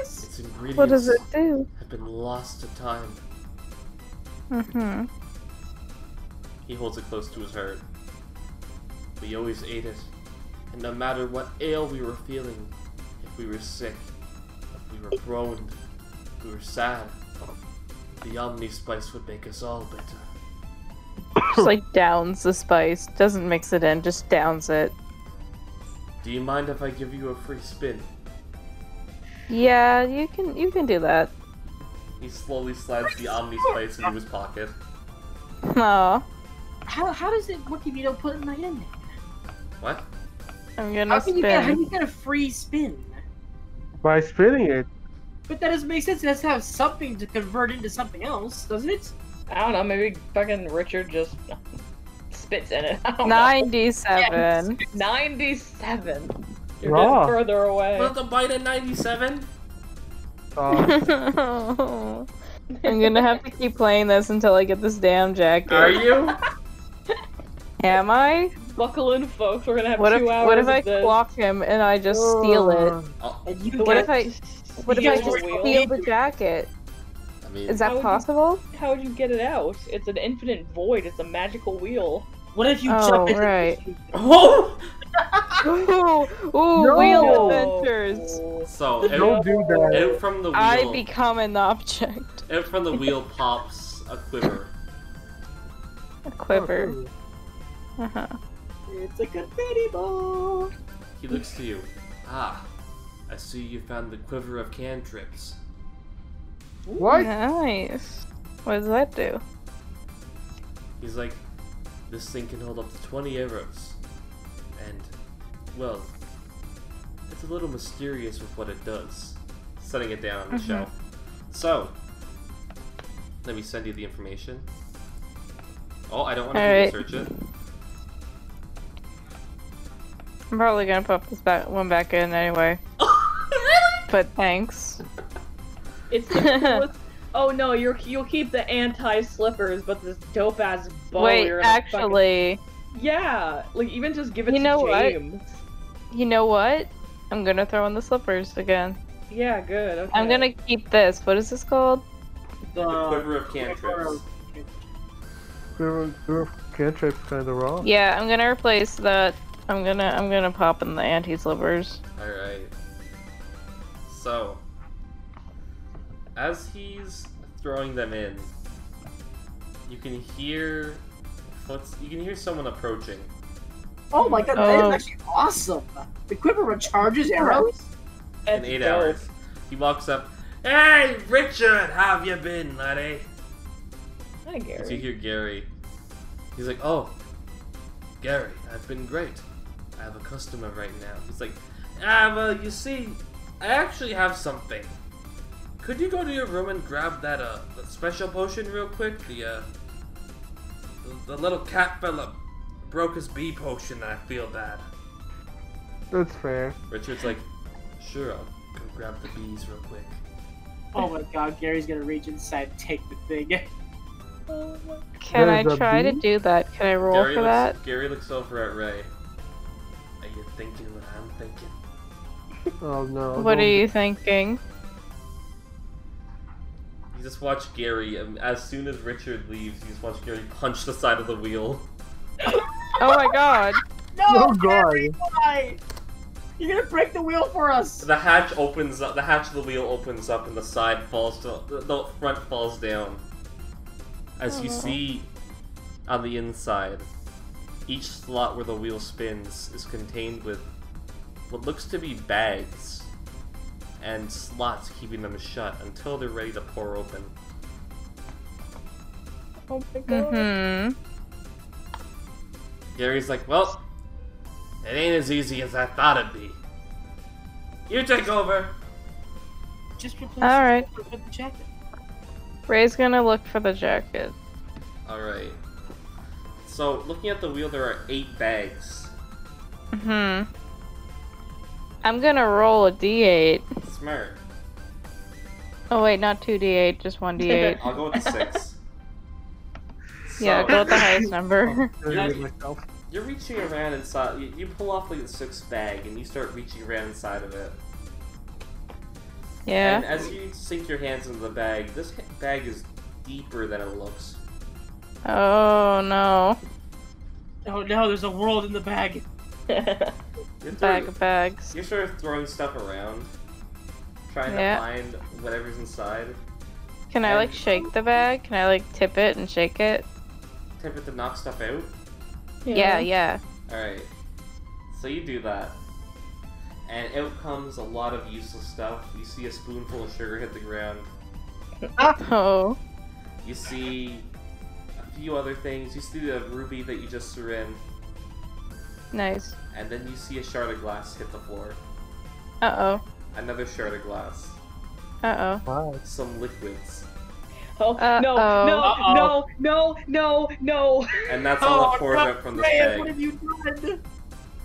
F: Its ingredients
D: What does it do?
F: have been lost to time.
D: Mm-hmm.
F: He holds it close to his heart. We always ate it. And no matter what ail we were feeling, if we were sick, if we were prone, if we were sad, the Omni Spice would make us all better.
D: Just like downs the spice. Doesn't mix it in, just downs it.
F: Do you mind if I give you a free spin?
D: Yeah, you can you can do that.
F: He slowly slides the Omni Spice into his pocket.
D: Aw.
E: How, how does it Wikipedia put that in there?
F: What?
D: I'm gonna
E: How can
D: spin.
E: you get how do you get a free spin?
B: By spinning it.
E: But that doesn't make sense. It has to have something to convert into something else, doesn't it?
C: I don't know. Maybe fucking Richard just spits in it. I don't know.
D: 97.
C: Ninety-seven. You're
B: Raw.
C: getting further away.
F: the bite at 97?
B: Uh,
D: I'm gonna have to keep playing this until I get this damn jacket.
F: Are you?
D: Am I?
C: Buckle in, folks. We're gonna have
D: What
C: two
D: if
C: hours.
D: what if I
C: of this.
D: clock him and I just steal
B: uh,
D: it?
F: Oh,
E: And you
D: What
E: get-
D: if I what if
E: You
D: I
E: get
D: just
E: wheel.
D: steal the jacket?
F: I mean,
D: Is
C: How
D: that
C: would you-
D: possible?
C: How would you get it out? It's an infinite void. It's a magical wheel.
E: what if you
D: Oh,
E: jump into
D: right.
F: oh!
D: Ooh, ooh
B: No.
H: Oh,
D: wheel adventures.
F: So
B: don't
F: out,
B: do that.
F: out from the wheel,
D: I become an object.
F: out from the wheel pops a quiver.
D: A quiver. Uh-huh.
E: It's a confetti ball.
F: He looks to you. Ah, I see you found the quiver of cantrips.
B: What?
D: Nice. What does that do?
F: He's like, this thing can hold up to 20 arrows. And, well, it's a little mysterious with what it does. Setting it down on the
D: Mhm.
F: shelf. So, let me send you the information. Oh, I don't want to
D: Alright.
F: search it.
D: I'm probably gonna put this back one back in anyway. But thanks.
H: It's the coolest- Oh no, you're you'll keep the anti slippers, but this dope ass bow.
D: Wait,
H: you're gonna fucking-
D: actually,
H: yeah, like even just give it
D: You
H: to
D: know what?
H: James.
D: you know what? I'm gonna throw in the slippers again.
H: Yeah, good. Okay.
D: I'm gonna keep this. What is this called?
F: The
E: The
F: Quiver of Cantrips.
B: Your, your cantrip's kind of
H: Oh.
B: wrong.
D: Yeah, I'm gonna replace that. I'm gonna I'm gonna pop in the anti slippers.
F: Alright. So, as he's throwing them in, you can hear foots. You can hear someone approaching.
E: Oh my god, that is
D: Oh.
E: actually awesome. The quiver recharges arrows.
F: in
H: That's
F: eight
H: dope.
F: hours. He walks up. Hey, Richard, how have you been, laddie?
H: Hi, Gary.
F: So you hear Gary. He's like, oh, Gary, I've been great. I have a customer right now. He's like, ah, well, you see, I actually have something. Could you go to your room and grab that uh that special potion real quick? The uh, the, the little cat fella broke his bee potion. I feel bad.
B: That's fair.
F: Richard's like, sure, I'll go grab the bees real quick.
E: Oh my god, Gary's gonna reach inside, take the thing.
D: Can
B: There's
D: I
B: a
D: try to
B: bee?
D: do that? Can I roll
F: Gary
D: for
F: looks,
D: that?
F: Gary looks over at Ray. Are you thinking what I'm thinking?
B: Oh no.
D: What
B: don't-
D: are you thinking?
F: You just watch Gary, um, as soon as Richard leaves, you just watch Gary punch the side of the wheel.
D: Oh my god!
B: Oh god.
E: Why? You're gonna break the wheel for us!
F: The hatch opens up, the hatch of the wheel opens up, and the side falls to, the, the front falls down. As you
D: Oh.
F: see on the inside, each slot where the wheel spins is contained with what looks to be bags and slots keeping them shut until they're ready to pour open.
H: Oh my god.
D: hmm
F: Gary's like, well, it ain't as easy as I thought it'd be. You take over.
E: Just replace
D: All right.
E: the quiver with the jacket.
D: Ray's gonna look for the jacket.
F: All right. So, looking at the wheel, there are eight bags.
D: Hmm. I'm gonna roll a d8.
F: Smart.
D: Oh wait, not two d8, just one d8.
F: I'll go with the six.
D: yeah,
F: So,
D: go with the highest number.
B: I did it myself.
F: You're reaching around inside. You, you pull off like the sixth bag, and you start reaching around inside of it.
D: yeah.
F: And as you sink your hands into the bag, this h- bag is deeper than it looks.
D: Oh no.
E: Oh no, there's a world in the bag.
F: You're
D: Bag
F: throwing-
D: of bags.
F: You're sort of throwing stuff around, trying
D: Yeah.
F: to find whatever's inside.
D: Can I like shake the bag? Can I like tip it and shake it?
F: Tip it to knock stuff out.
D: Yeah, yeah.
F: Alright. So you do that. And out comes a lot of useless stuff. You see a spoonful of sugar hit the ground.
D: Oh.
F: You see a few other things. You see the ruby that you just threw in.
D: Nice.
F: And then you see a shard of glass hit the floor.
D: Uh
F: Another shard of glass.
D: oh. Uh
B: Wow.
F: Some liquids.
H: Oh, no,
D: Uh-oh.
H: no,
E: Uh-oh.
H: no, no, no, no.
F: And that's all that
E: Oh,
F: pours out from this
E: Man, what
F: bag.
E: have you done?
D: oh.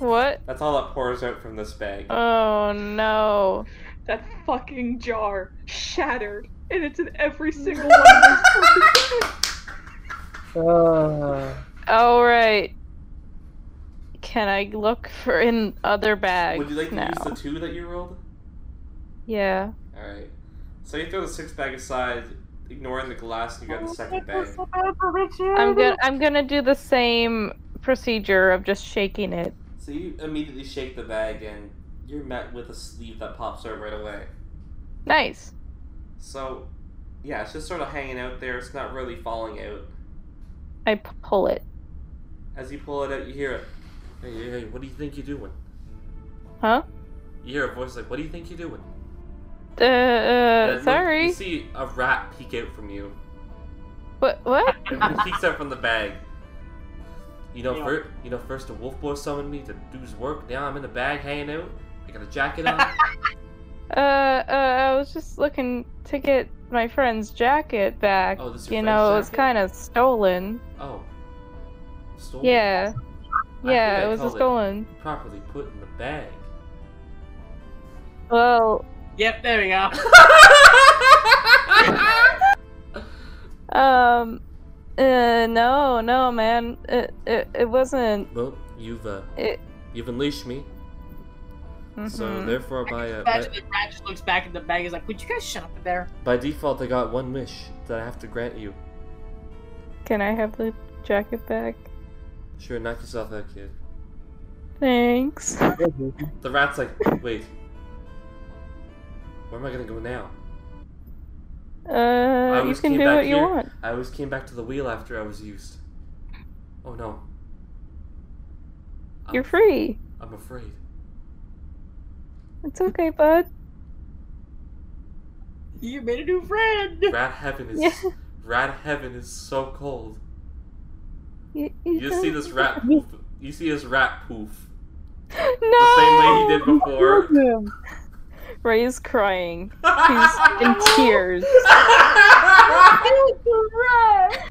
D: What?
F: That's all that pours out from this bag.
D: Oh no.
H: That fucking jar shattered, and it's in every single one of these fucking bags.
B: Uh,
D: Alright. Oh, Can I look for in other bags
F: Would you like to
D: now?
F: use the two that you rolled?
D: Yeah.
F: Alright. So you throw the sixth bag aside, ignoring the glass, and you grab the
E: Oh,
F: second bag.
D: I'm gonna I'm gonna do the same procedure of just shaking it.
F: So you immediately shake the bag and you're met with a sleeve that pops out right away.
D: Nice.
F: So, yeah, it's just sort of hanging out there. It's not really falling out.
D: I pull it.
F: As you pull it out, you hear it. Hey, hey, hey, what do you think you're doing?
D: Huh?
F: You hear a voice like, what do you think you're doing?
D: Uh,
F: And
D: uh
F: you-
D: sorry.
F: You see a rat peek out from you.
D: What? What?
F: peeks out from the bag. You know,
E: Yeah.
F: first, you know, first the wolf boy summoned me to do his work. Now I'm in the bag hanging out. I got a jacket on.
D: Uh, uh, I was just looking to get my friend's jacket back.
F: Oh, this is your
D: you
F: friend's
D: know, it was
F: jacket?
D: kind of stolen.
F: Oh, stolen.
D: Yeah.
F: Oh. I
D: Yeah,
F: think I
D: it was
F: called it.
D: stolen.
F: Properly put in the bag.
D: Well,
E: Yep, there we go.
D: um, uh, no, no, man. It, it, it wasn't.
F: well, you've uh,
D: It.
F: you've unleashed me, so
D: mhm.
F: therefore by uh, by,
E: Imagine the rat just looks back at the bag. He's like, "Would you guys shut up in there?"
F: by default I got one wish that I have to grant you.
D: Can I have the jacket back?
F: Sure, knock yourself out, kid.
D: Thanks.
F: The rat's like, wait, where am I gonna go now?
D: Uh, you
F: always
D: can
F: came
D: do
F: back
D: what you
F: here.
D: want.
F: I always came back to the wheel after I was used. Oh no. I'm-
D: You're free.
F: I'm afraid.
D: It's okay, bud.
E: You made a new friend.
F: Rat heaven is
D: Yeah.
F: rat heaven is so cold.
D: You,
F: You just see this rat poof. You see this rat poof.
D: No.
F: The same way he did before.
D: Ray's crying. He's in tears.
B: I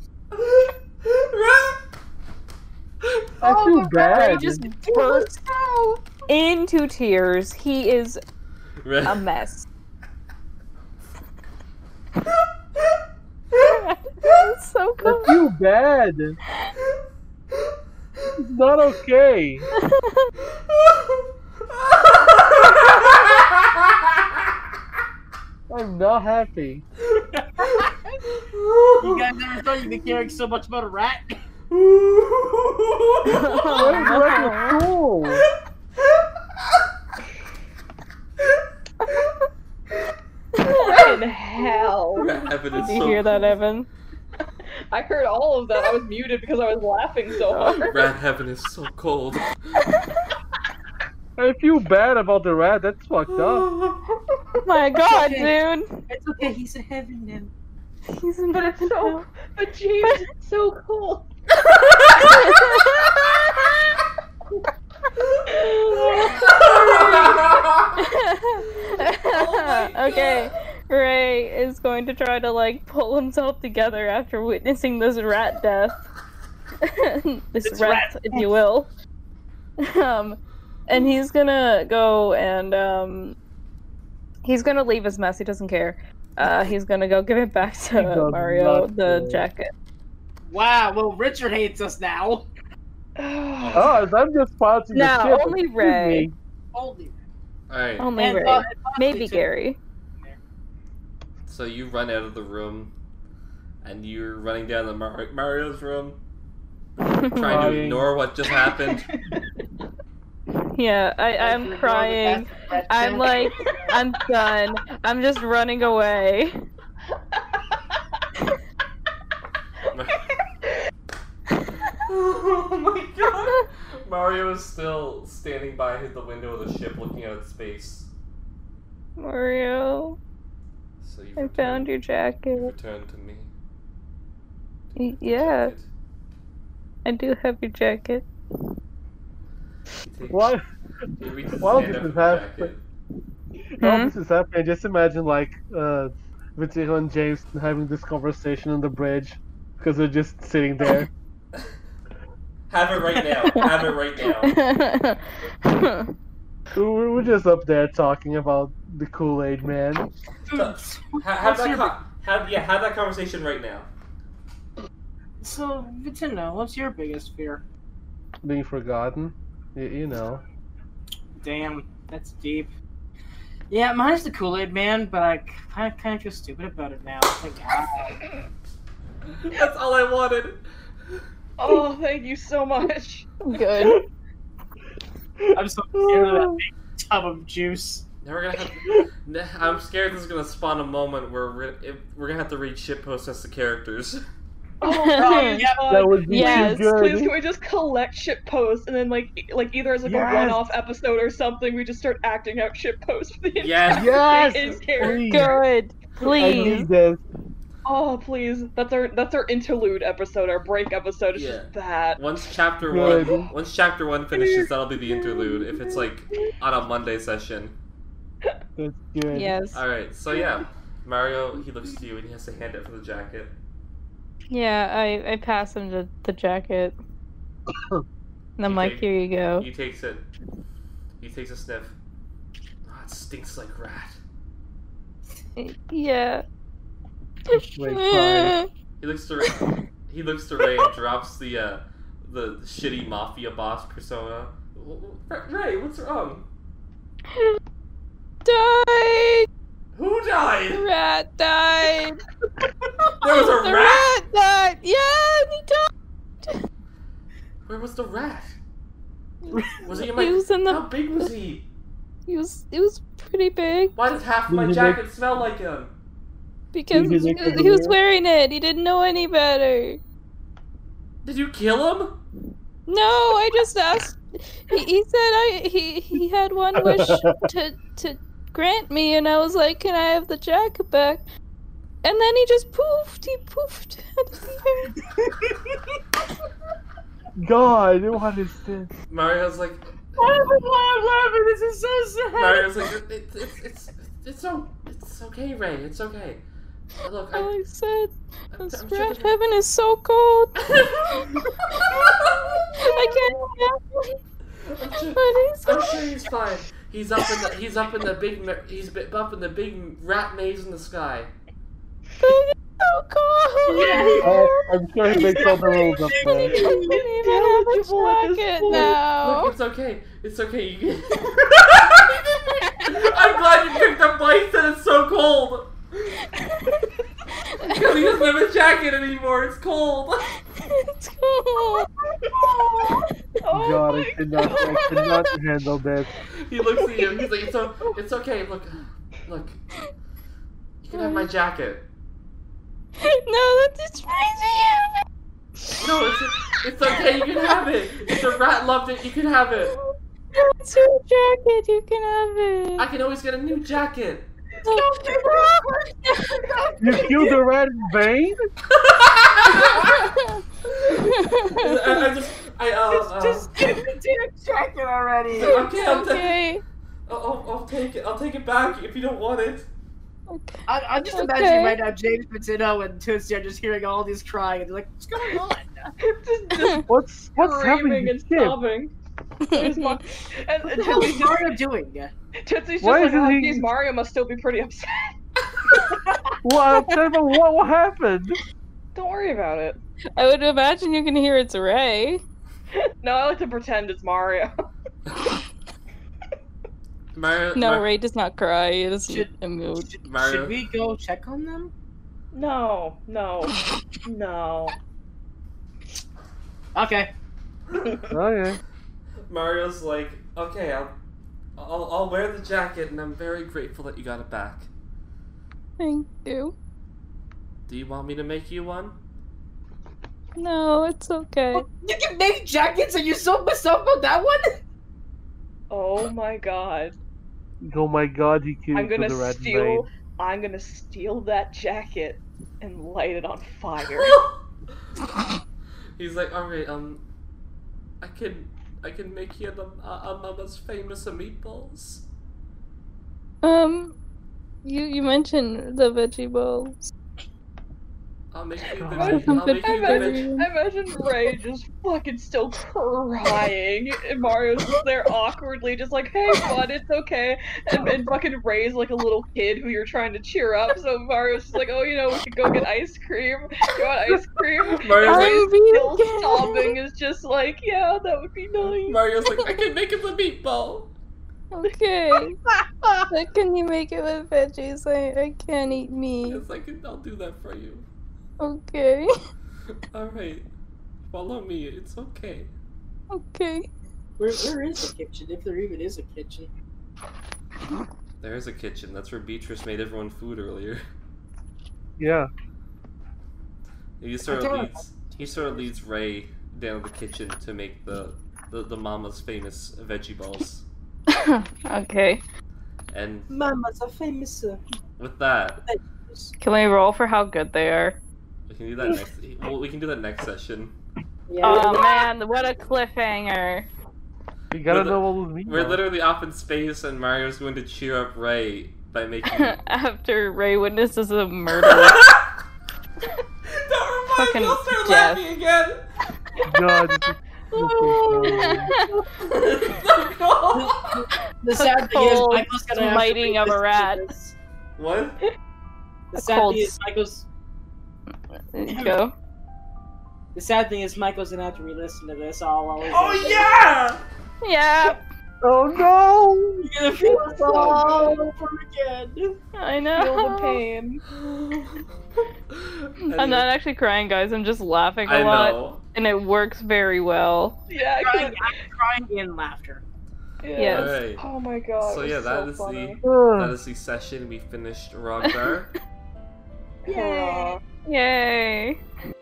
D: Oh,
F: Oh
B: feel
D: Ray
B: bad.
D: just bursts into tears. He is
F: Rat-
D: a mess. That's so
B: I
D: cool.
B: feel bad. It's not okay. I'm not happy.
E: You guys never thought you'd be caring so much about a rat.
B: What is wrong with cool?
H: Fucking hell.
F: rat heaven is
D: Did you
F: so
D: hear that,
F: cold.
D: Evan?
H: I heard all of that. I was muted because I was laughing so
B: Oh,
H: hard.
F: Rat heaven is so cold.
B: I feel bad about the rat. That's fucked up.
D: My god, dude.
E: It's okay. He's in heaven now.
D: He's in
H: But it's so. But James, it's so cool.
E: Oh
D: okay, Ray is going to try to like pull himself together after witnessing this rat death. this
E: This
D: rat, if you will. Um, and he's gonna go and um, he's gonna leave his mess. He doesn't care. Uh, he's gonna go give it back
B: He
D: to
B: does
D: Mario
B: not
D: the
B: care.
D: jacket.
E: Wow. Well, Richard hates us now.
B: Oh, so I'm just pouting the
D: No,
B: shit.
D: only
B: Excuse
D: Ray.
B: me.
E: Holy.
F: Alright,
D: Only
E: And,
D: Ray.
E: uh, and
D: Maybe
E: honestly, too,
D: Gary.
F: so you run out of the room and you're running down to Mar- Mario's room trying to
B: Crying.
F: ignore what just happened.
D: yeah, I, I'm
E: you're
D: crying.
E: going to pass the rat
D: I'm
E: down.
D: like, I'm done. I'm just running away.
F: oh my god! Mario is still standing by his- the window of the ship looking out at space.
D: Mario,
F: So you
D: I found your jacket.
F: Return to me.
D: Y- Yeah, I do have your jacket.
B: Why? Why
F: Well,
B: does
F: this
B: this
F: is
B: have-
D: Hmm?
B: All Oh, this is happening. Just imagine like uh, Vitero and James having this conversation on the bridge because they're just sitting there.
F: Have it right now. Have it right now.
B: We- we- We're just up there talking about the Kool Aid Man.
E: Dude,
F: Ha- have
E: What's
F: that.
E: your-
F: Co- have yeah. Have that conversation right now.
E: so Vitino, what's your biggest fear?
B: being forgotten. You, you know.
E: Damn, that's deep. Yeah, mine's the Kool Aid Man, but I kind of, kind of feel stupid about it now. Thank God.
F: That's all I wanted.
C: Oh, thank you so much.
D: Good.
E: I'm so scared of that big tub of juice.
F: Now we're gonna have. Nah, I'm scared this is gonna spawn a moment where we're, if, we're gonna have to read shit posts as the characters.
C: Oh,
E: Oh,
C: God.
E: yeah,
B: That would be
D: Yes,
B: too good.
C: Please, can we just collect shit posts and then like, e- like either as like
B: Yes.
C: a one-off episode or something, we just start acting out shit posts for the
F: Yes.
C: entire
B: Yes.
C: thing in character.
B: Please.
D: Good.
B: I
D: Please.
B: need this.
C: Oh please, that's our that's our interlude episode, our break episode. It's
F: Yeah.
C: just that.
F: Once chapter
B: Good.
F: one, once chapter one finishes, that'll be the interlude. If it's like on a Monday session.
B: That's good.
D: Yes.
F: All right. So yeah, Mario. He looks to you and he has to hand out for the jacket.
D: Yeah, I, I pass him the, the jacket. and I'm like,
F: Okay.
D: here you go.
F: He takes it. He takes a sniff. Ah, it stinks like rat.
D: Yeah.
B: Wait, fine.
F: He looks to Ray. he looks to Ray and drops the uh, the shitty mafia boss persona. Ray, what's wrong?
D: died!
F: Who died?
D: The rat died!
F: There was a
D: the
F: rat.
D: rat died! Yeah, and he died!
F: Where was the rat? Was he in my?
D: He was in
F: How
D: the.
F: big was he?
D: He was, it was pretty big
F: Why does half
B: Did
F: my
B: he
F: jacket smell like him?
D: because
B: Did he lick the
D: he was
B: beer?
D: wearing it. He didn't know any better.
F: Did you kill him?
D: No, I just asked. He, he said I he he had one wish to to grant me, and I was like, "Can I have the jacket back?" And then he just poofed. He poofed. out of the
B: God, what is this?
F: Mario's like,
E: I'm laughing. This is so sad.
F: Mario's like, it, it, it's it's it's o- it's okay, Ray. It's okay. Look,
D: air.
F: I,
D: All I said,
F: I'm, I'm
D: "This
F: sure
D: rat
F: that
D: heaven is so cold. I
F: you're- I'm
D: can't
F: sure-
D: imagine what he's
F: I'm sure he's fine. He's up in the he's up in the big ma- he's bi- up in the big rat maze in the sky.
D: It's so cold.
B: Oh, I'm sure he makes all the rules up
D: He
B: there.
D: doesn't even have a jacket now.
F: Look, it's okay. It's okay. You- I'm glad you picked up Mike that it's so cold. Because he doesn't have a jacket anymore. It's cold.
D: it's cool.
C: Oh
B: God, I could not, I could not handle this.
F: He looks at you. He's like, it's, o- it's okay. Look, look. You can have my jacket.
D: no, that's just crazy.
F: No, it's it's okay. You can have it. The rat loved it. You can have it.
D: It's your jacket. You can
F: I
D: have it.
F: can always get a new jacket.
B: You killed the rat in vain?
F: I, I just, I uh, uh
E: Just give me the jacket already.
F: okay, I'll, ta-
D: okay.
F: I'll, I'll, I'll take it. I'll take it back if you don't want it.
E: I, I'm just
D: Okay.
E: imagining right now James Patino and Tootsie are just hearing all these crying and they're like, what's going on?
C: just just
B: What's what's happening
C: screaming
B: to
C: and
B: Skip?
C: sobbing. There's Mar- and
E: What
C: and
E: the hell
C: Tootsie's
E: is
C: just,
E: Mario doing?
C: Tootsie's just
B: Why
C: like,
B: isn't
C: oh,
B: he-
C: geez, Mario must still be pretty upset.
B: What, Trevor, what, what happened?
C: Don't worry about it.
D: I would imagine you can hear it's Ray.
C: No, I like to pretend it's Mario.
F: Mario,
D: No,
F: Mar-
D: Ray does not cry. It is
E: Should-
D: a mood.
E: Should,
F: Mario.
E: should we go check on them?
C: No, no, no.
E: Okay.
B: Okay.
F: Mario's like, okay, I'll, I'll, I'll wear the jacket, and I'm very grateful that you got it back.
D: Thank you.
F: Do you want me to make you one?
D: No, it's okay.
E: You can make jackets and you so pissed off about that one?
C: Oh my god.
B: Oh my god, he killed
C: I'm gonna
B: the rat in vain.
C: steal. I'm gonna steal that jacket and light it on fire.
F: He's like, all right, um, I can, I can make you the uh, mama's famous meatballs. Oh.
D: Um, you you mentioned the veggie balls.
F: I'll make you the,
B: God.
F: veg- I'll make
C: I
F: you the veg-
C: imagine, I imagine Ray just fucking still crying, and Mario's just there awkwardly, just like, "Hey, bud, it's okay." And, and fucking Ray's like a little kid who you're trying to cheer up. So Mario's just like, "Oh, you know, we could go get ice cream. You want ice cream?"
F: Mario's like,
D: I'm being
C: Still
D: gay.
C: sobbing is just like, "Yeah, that would be nice."
F: Mario's like, I can make him a meatball.
D: Okay. but can you make it with veggies? I, I can't eat meat.
F: Yes, I can. I'll do that for you.
D: Okay.
F: All right, follow me. It's okay.
D: Okay.
E: Where, where is the kitchen, if there even is a kitchen?
F: There is a kitchen. That's where Beatrice made everyone food earlier.
B: Yeah.
F: He sort of
E: Okay.
F: leads. He sort of leads Ray down to the kitchen to make the the, the mama's famous veggie balls.
D: okay.
F: And
E: Mama's a famous uh,
F: with that,
E: is.
D: Can we roll for how good they are?
F: We can do that next. Well, we can do that next session.
H: Yeah.
D: Oh man, what a cliffhanger!
B: You gotta
F: We're the-
B: know what we mean.
F: We're
B: now.
F: literally off in space, and Mario's going to cheer up Ray by making.
D: After Ray witnesses a murder.
F: Don't remind
D: Fucking
F: me, I'll
D: death.
F: start laughing again.
B: God, this is- this is
C: Oh.
B: so-
F: It's so cool.
E: The
D: A
E: sad thing is,
D: cold
E: Michael's gonna have to
D: smiting
E: read
D: of a
E: this-
D: rat.
E: this-
F: What?
E: The
D: A
E: sad
D: cold
E: thing is,
D: s-
E: Michael's.
D: Go.
E: The sad thing is, Michael's gonna have to re-listen to this all over.
F: Oh yeah!
D: Yeah,
B: Oh no!
E: You're gonna feel it all over again.
D: I
H: Feel
D: know.
H: the pain.
D: I'm not actually crying, guys. I'm just laughing a
F: I
D: lot,
F: know.
D: and it works very well.
H: Yeah. I
E: Crying,
H: couldn't-
E: I'm crying in laughter.
D: Yes.
F: All right.
H: Oh my god.
F: So
H: it was
F: yeah, that is
H: funny.
F: That
B: Ugh.
F: is the session we finished Rogar.
H: Hurrah.
D: Yay!